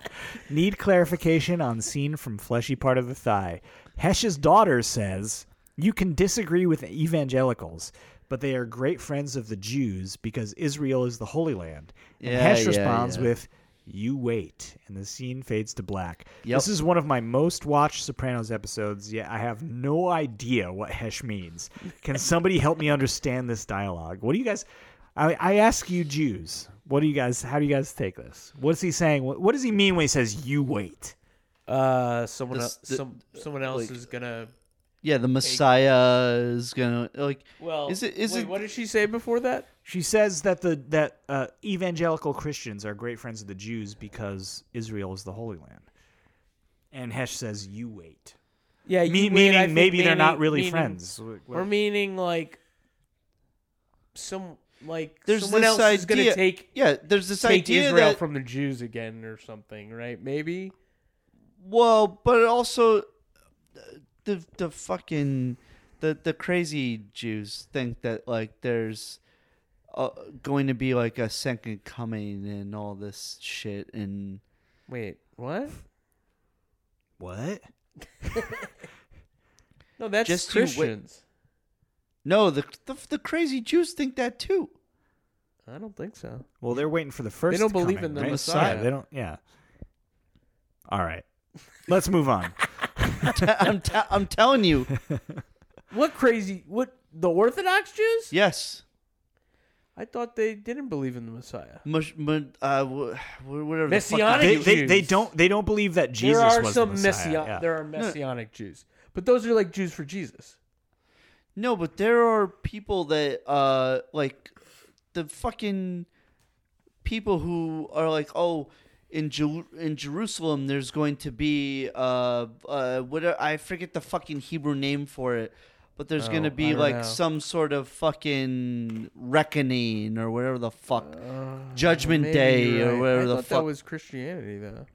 Need clarification on scene from fleshy part of the thigh. Hesh's daughter says, "You can disagree with evangelicals, but they are great friends of the Jews because Israel is the Holy Land." And Yeah, Hesh yeah, responds yeah. with, You wait, and the scene fades to black. Yep. This is one of my most watched Sopranos episodes, yet I have no idea what Hesh means. Can somebody help me understand this dialogue? What do you guys? I, I ask you, Jews. What do you guys? How do you guys take this? What's he saying? What, what does he mean when he says "you wait"? Uh, someone else, This- the- some someone else like- is gonna. Yeah, the Messiah is gonna like. Well, Is it- is wait, it- What did she say before that? She says that the that uh, evangelical Christians are great friends of the Jews because Israel is the Holy Land. And Hesh says, "You wait." Yeah, Me- you- meaning I think maybe they're not really meaning- friends. or meaning like some like There's someone this else is gonna idea- take Yeah, there's this take idea Israel that from the Jews again or something, right? Maybe. well, but also uh, the the fucking the the crazy Jews think that like there's uh, going to be like a second coming and all this shit and Wait, what? What? No, that's Just you wait. Christians. no the the, the crazy Jews think that too. I don't think so. Well, they're waiting for the first. don't believe coming, in the right? Messiah. Yeah, they don't. Yeah. All right, let's move on. I'm t- I'm telling you, What crazy? What the Orthodox Jews? yes. I thought they didn't believe in the Messiah. Mush, mu- uh, wh- whatever the fuck Messianic it They, is. they, they Jews. don't they don't believe that Jesus there are was some the Messiah. messian- Yeah. there are messianic Jews, but those are like Jews for Jesus. No, but there are people that uh like the fucking people who are like, oh, in Jer- in Jerusalem, there's going to be uh uh what are- I forget the fucking Hebrew name for it, but there's Oh, going to I be don't like know. some sort of fucking reckoning or whatever the fuck. Uh, Judgment maybe Day you're or right. whatever I the thought fuck. That was Christianity, though.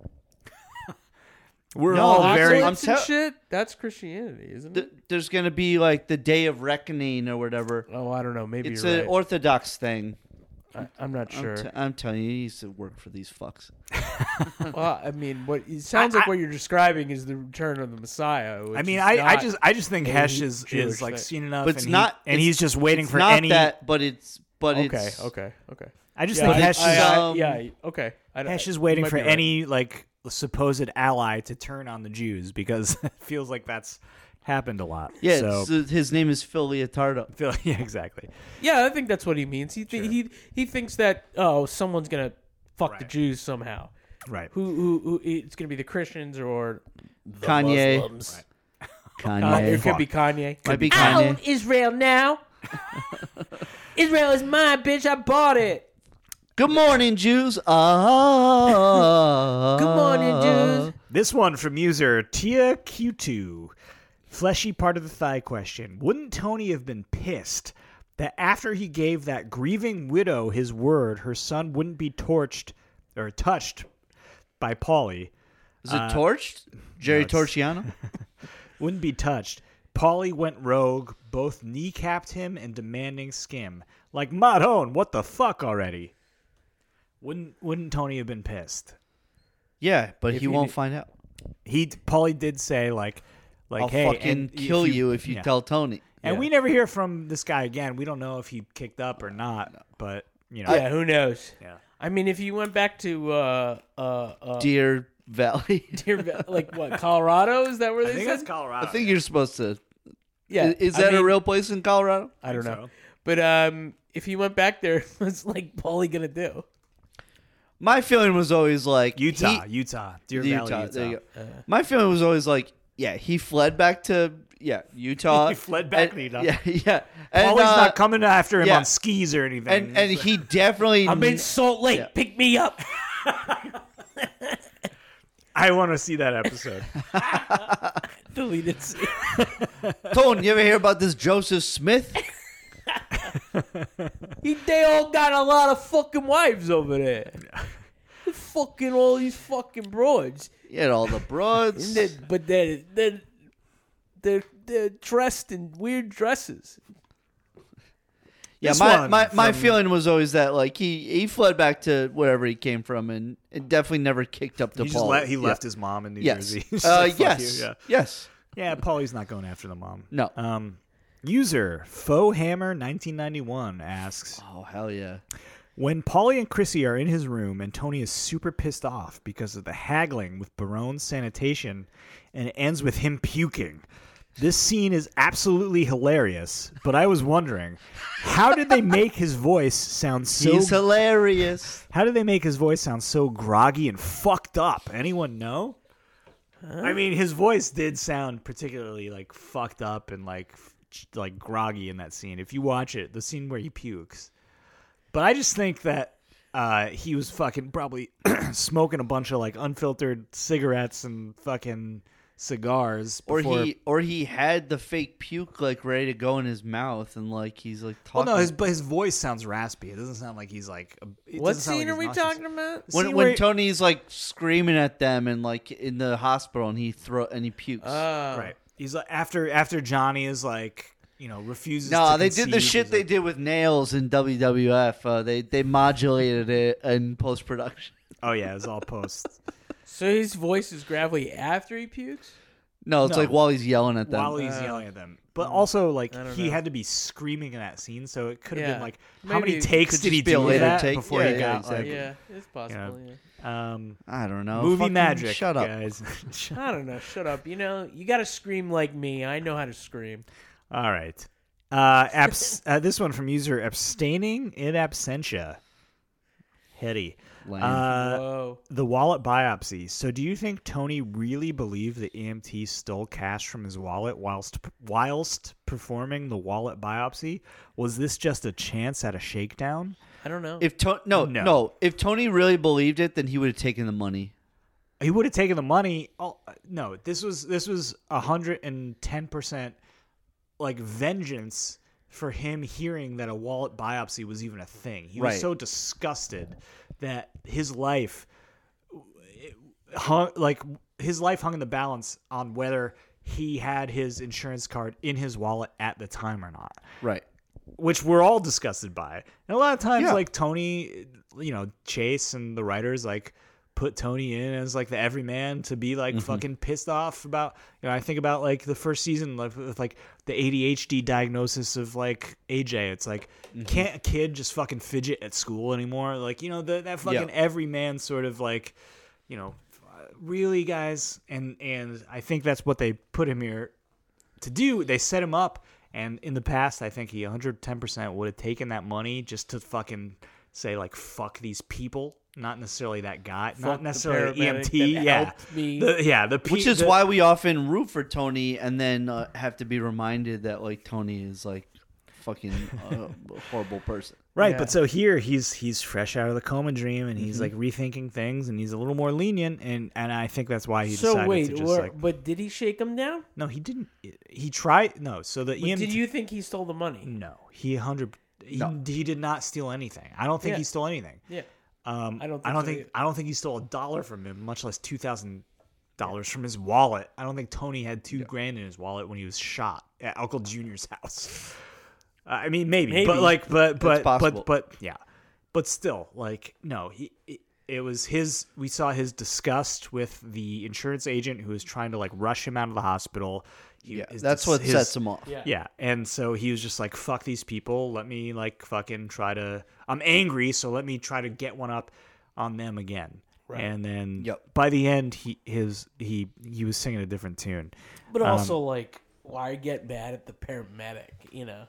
We're No, all I'm very. sorry. Lots of I'm and te- shit. That's Christianity, isn't Th- it? there's going to be like the day of reckoning or whatever. Oh, I don't know. Maybe It's you're an right. Orthodox thing. I, I'm not sure. I'm, t- I'm telling you, he used to work for these fucks. well, I mean, what it sounds like what you're describing is the return of the Messiah. which I mean, is I, I not- just I just think a Hesh is Jewish is like thing. seen enough, But it's and, he- not- and he's just waiting it's for not any. that, but it's but okay, it's okay, okay. I just Yeah, think I, Hesh I, is I, um, yeah, okay. I, I- Hesh is you waiting might for be right. any like supposed ally to turn on the Jews because it feels like that's happened a lot. Yeah, so, it's- uh, his name is Phil Leotardo. feel, yeah, exactly. Yeah, I think that's what he means. He th- he he thinks that oh, someone's gonna fuck the Right. Jews somehow. Right. Who, who who it's gonna be the Christians or Kanye. Muslims. Uh, Kanye. it could be Kanye. Might be I Kanye. own Israel now. Israel is mine, bitch. I bought it. Good morning, Jews. Ah. Good morning, dudes. This one from user Tia Q2. Fleshy part of the thigh question. Wouldn't Tony have been pissed that after he gave that grieving widow his word, her son wouldn't be torched or touched by Polly? Is it torched? Jerry it's- Torchiano? wouldn't be touched. Polly went rogue, both kneecapped him and demanding skim. Like Maron, what the fuck already? Wouldn't wouldn't Tony have been pissed? Yeah, but he you won't did- find out. He Polly did say like like I'll hey fucking and kill you, if you yeah. tell Tony. And yeah. we never hear from this guy again. We don't know if he kicked up or not, but you know. Yeah, who knows? Yeah. I mean, if you went back to uh uh, uh Dear Valley. Deer Val- like what Colorado is that where I they think said? that's Colorado. I think you're supposed to. yeah, Is, is I that a mean, real place in Colorado? I don't know. so. But um, if he went back there, what's like Paulie gonna do? My feeling was always like Utah, he- Utah, Deer Utah. Valley, Utah. There you go. My feeling was always like, yeah, he fled back to yeah Utah. He fled back and, to Utah. Yeah, yeah. And, Polly's uh, not coming after him yeah. on skis or anything. and and he definitely. I'm in Salt Lake. Yeah. Pick me up. I want to see that episode. Deleted. scene. Tone, you ever hear about this Joseph Smith? He- they all got a lot of fucking wives over there. fucking all these fucking broads. He had all the broads. And they- but they're, they're, they're, they're dressed in weird dresses. yeah, This my, one my, my from- feeling was always that like he he fled back to wherever he came from and, and definitely never kicked up to He, just Paul. le- he left yeah. his mom in New Yes. Jersey. He's Uh, like, "Fuck yes. you," Yeah. Yes. yeah, Paulie's not going after the mom. No. Um, user Faux Hammer 1991 asks, Oh hell yeah. When Polly and Chrissy are in his room and Tony is super pissed off because of the haggling with Barone's sanitation and it ends with him puking. This scene is absolutely hilarious, but I was wondering, how did they make his voice sound so He's hilarious. How did they make his voice sound so groggy and fucked up? Anyone know? I mean, his voice did sound particularly like fucked up and like f- like groggy in that scene. If you watch it, the scene where he pukes. But I just think that uh, he was fucking probably smoking a bunch of like unfiltered cigarettes and fucking cigars. Or before- he or he had the fake puke like ready to go in his mouth and like he's like Well, talking. no, his but his voice sounds raspy. It doesn't sound like he's like. a- it What doesn't sound scene like are we he's nauseous. talking about? The when scene when where- Tony's like screaming at them and like in the hospital and he throw and he pukes. Oh. right, he's like after after Johnny is like you know refuses. No, to they did the concede, shit he's they like- did with nails in WWF. Uh, they they modulated it in post production. Oh yeah, it was all post. So his voice is gravelly after he pukes? No, it's No. like while he's yelling at them. while he's Uh, yelling at them. Mm. But also, like I don't he know. had to be screaming in that scene, so it could have Yeah. been like, how Maybe many it takes could did he just be a do with later that take. before Yeah, he yeah, got exactly. Yeah, it's possible. like um, I don't know. movie Fucking magic? Shut up. guys. yeah. I don't know. Shut up. You know, you got to scream like me. I know how to scream. all right. Uh, abs- uh, this one from user abstaining in absentia. Heady. Lame. Uh, Whoa. the wallet biopsy. So, do you think Tony really believed the EMT stole cash from his wallet whilst whilst performing the wallet biopsy? Was this just a chance at a shakedown? I don't know. if to- no, No. no if Tony really believed it, then he would have taken the money. He would have taken the money. Oh no! This was this was hundred and ten percent like vengeance for him hearing that a wallet biopsy was even a thing. He Right. was so disgusted that his life hung like his life hung in the balance on whether he had his insurance card in his wallet at the time or not Right. which we're all disgusted by. And a lot of times, Yeah. like Tony, you know, Chase and the writers like put Tony in as like the everyman to be like fucking pissed off about. You know, I think about like the first season like, with like the ADHD diagnosis of like AJ. It's like can't a kid just fucking fidget at school anymore? Like you know the, that fucking everyman sort of like you know really guys and and i think that's what they put him here to do. They set him up, and in the past, I think he 110% would have taken that money just to fucking say like "fuck these people," not necessarily that guy, Fuck not necessarily the paramedic EMT. that yeah, helped me. The- yeah, the pe- Which is the- why we often root for Tony and then uh, have to be reminded that like Tony is like fucking uh, a horrible person. Right, Yeah. Mm-hmm. but so here he's he's fresh out of the coma dream and he's like rethinking things and he's a little more lenient and and I think that's why he so decided wait, to just or- like but did he shake him down? no he didn't he tried no so the But EMT Did you think he stole the money? no he hundred he, he did not steal anything I don't think Yeah. he stole anything Yeah. Um, I I don't don't. think I don't so think. either. I don't think he stole a dollar from him, much less two thousand dollars from his wallet. I don't think Tony had two grand in his wallet when he was shot at Uncle Junior's house. Uh, I mean, maybe, Maybe. but like, but but possible. but but yeah, but still, like, no, he. It, it was his. We saw his disgust with the insurance agent who was trying to like rush him out of the hospital. He- Yeah, his that's dis- what his- sets him off. yeah. And so he was just like, fuck these people. Let me like fucking try to. I'm angry, so let me try to get one up on them again. And then Yep. by the end, he his he he was singing a different tune. But Um, also, like, why get mad at the paramedic? You know,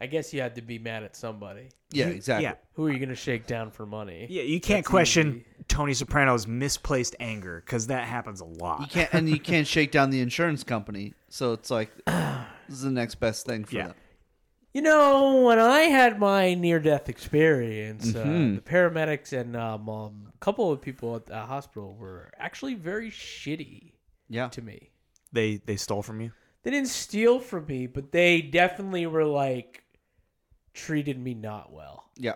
I guess you had to be mad at somebody. Yeah, exactly. Yeah, Who are you going to shake down for money? yeah. You can't question Tony Soprano's misplaced anger because that happens a lot. You can't and you can't shake down the insurance company, so it's like this is the next best thing for Yeah. them. You know, when I had my near death experience, Mm-hmm. uh, the paramedics and um, um, a couple of people at the hospital were actually very shitty Yeah. to me. They they stole from you. They didn't steal from me, but they definitely were like treated me not well. Yeah.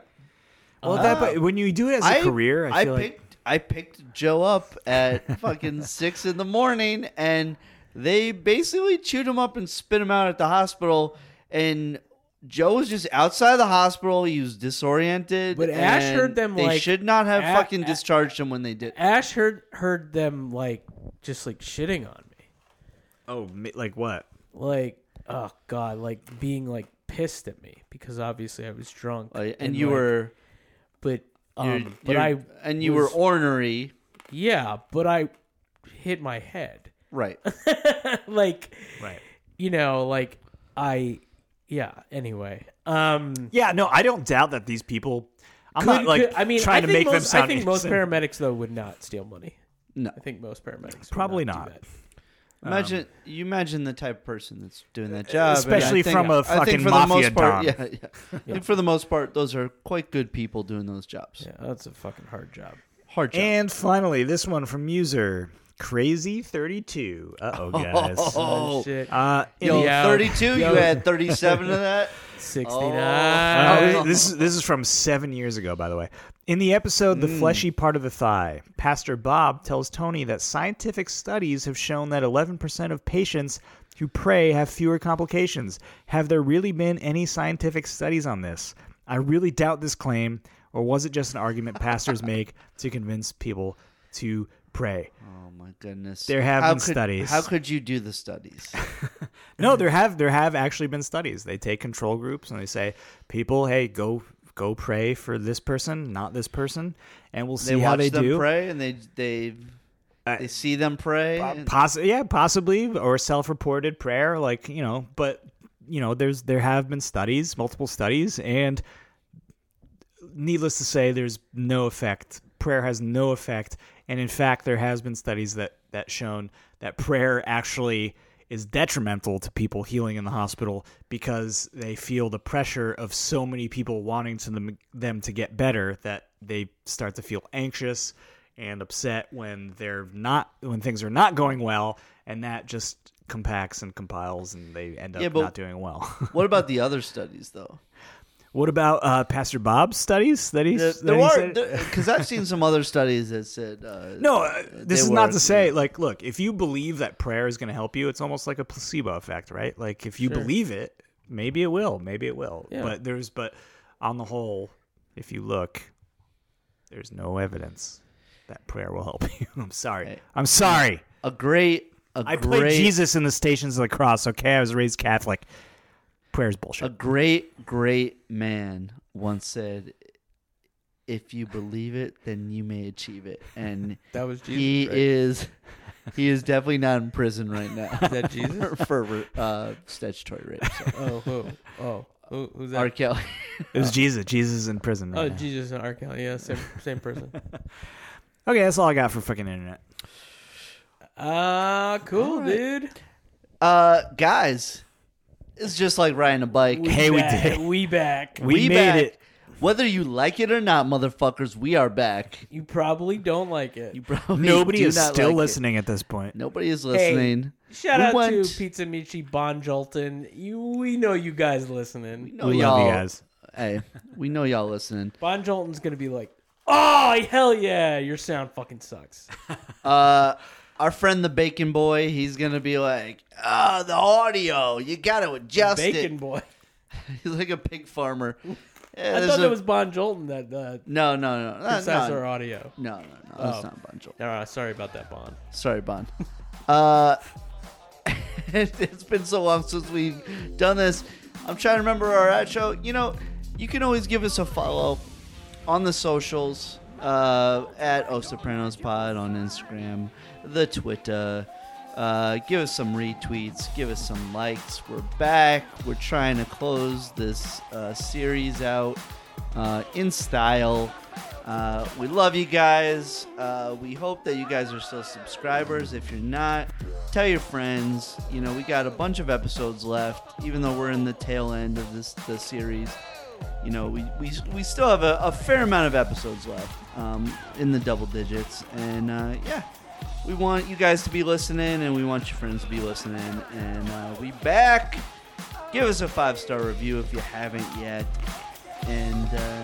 Well, at that point, Uh, when you do it as a career, I, feel like picked I picked Joe up at fucking six in the morning, and they basically chewed him up and spit him out at the hospital. And Joe was just outside the hospital. He was disoriented. But Ash and heard them, They like, should not have A- fucking A- discharged him when they did. Ash heard heard them like just like shitting on me. oh, mi- like what? Like oh god, like being like pissed at me because obviously I was drunk. Like, Uh, and you like, were but um, You're- but you're- I and you was- were ornery, yeah, but I hit my head. right? like Right. you know, like I yeah. Anyway, um, Yeah, no, I don't doubt that these people. I'm could- not like could- I mean, trying I to think make most, them sound. I think most innocent. paramedics though would not steal money. No. I think most paramedics would Probably not. not. do that. Imagine you imagine the type of person that's doing that job, and I Um, e, especially think- from a I think fucking for mafia the most part, don. Yeah, yeah. I think for the most part, those are quite good people doing those jobs. Yeah, that's a fucking hard job. Hard job. And finally, this one from user crazy thirty two. Uh oh, guys. oh, Shit. Uh, in yo, the- Yo. thirty-two. Yo. You had thirty-seven of that. Oh. 69. Uh, this is this is from seven years ago, by the way. In the episode "The Fleshy Part of the Thigh," Pastor Bob tells Tony that scientific studies have shown that 11% of patients who pray have fewer complications. Have there really been any scientific studies on this? I really doubt this claim, or was it just an argument pastors make to convince people to pray? Oh my goodness. There have how been could, studies. How could you do the studies? No, there have there have actually been studies. They take control groups and they say, people, hey, go go pray for this person, not this person, and we'll see they how watch they them do. pray, and they they Uh, they see them pray. Uh, and- poss- yeah, possibly or self-reported prayer, like you know. But you know, there's there have been studies, multiple studies, and needless to say, there's no effect. Prayer has no effect, and in fact, there has been studies that that shown that prayer actually is detrimental to people healing in the hospital because they feel the pressure of so many people wanting to them, them to get better that they start to feel anxious and upset when they're not when things are not going well, and that just compacts and compiles, and they end up Yeah, but- not doing well. what about the other studies, though? What about uh, Pastor Bob's studies that he's? There, that there he are said- because I've seen some other studies that said uh, no, uh, this They is not were, to say yeah. like, look, if you believe that prayer is going to help you, it's almost like a placebo effect, right? Like if you believe it, maybe it will, maybe it will. Yeah. But there's, but on the whole, if you look, there's no evidence that prayer will help you. I'm sorry. Hey. I'm sorry. a great a I played great Jesus in the Stations of the Cross. Okay, I was raised Catholic. Prayer's bullshit. a great great man once said, "If you believe it, then you may achieve it." And That was Jesus. he right? is he is definitely not in prison right Is now that Jesus? for uh, statutory rape. So. oh, who? Oh, who, who's that? R. Kelly. it was Jesus. Jesus is in prison. Right oh, now. Jesus and R. Kelly. Yeah, same, same person. okay, that's all I got for fucking internet. Ah, cool, All right. dude. Uh, guys, it's just like riding a bike. Hey, we back. did. We back. We, made back. it. Whether you like it or not, motherfuckers, we are back. You probably don't like it. You probably Nobody do is not still like it. listening at this point. Nobody is listening. Shout We out went- to Pizza Michi, Bon Jolton. You, we know you guys We listening. know we y'all. love you guys. Hey, we know y'all listening. Bon Jolton's gonna be like, oh hell yeah, your sound fucking sucks. Uh, our friend the Bacon Boy, he's gonna be like, "Oh, the audio, you gotta adjust Bacon boy. it." He's like a pig farmer. Yeah, I there's thought a- it was Bon Jolton that uh, no, no, no, that's not. synthesizer No, audio. no, no, that's Oh. not Bunchel. Alright, sorry about that, Bon. Sorry, Bon. Uh, it's been so long since we've done this. I'm trying to remember our outro. You know, you can always give us a follow on the socials uh, at O Sopranos Pod on Instagram, the Twitter. Uh, give us some retweets. Give us some likes. We're back. We're trying to close this uh, series out uh, in style. Uh, we love you guys. Uh, we hope that you guys are still subscribers. If you're not, tell your friends. You know, we got a bunch of episodes left, even though we're in the tail end of this the series. You know, we, we, we still have a, a fair amount of episodes left um, in the double digits. And uh, yeah, we want you guys to be listening and we want your friends to be listening. And uh, we back. Give us a five star review if you haven't yet. And uh,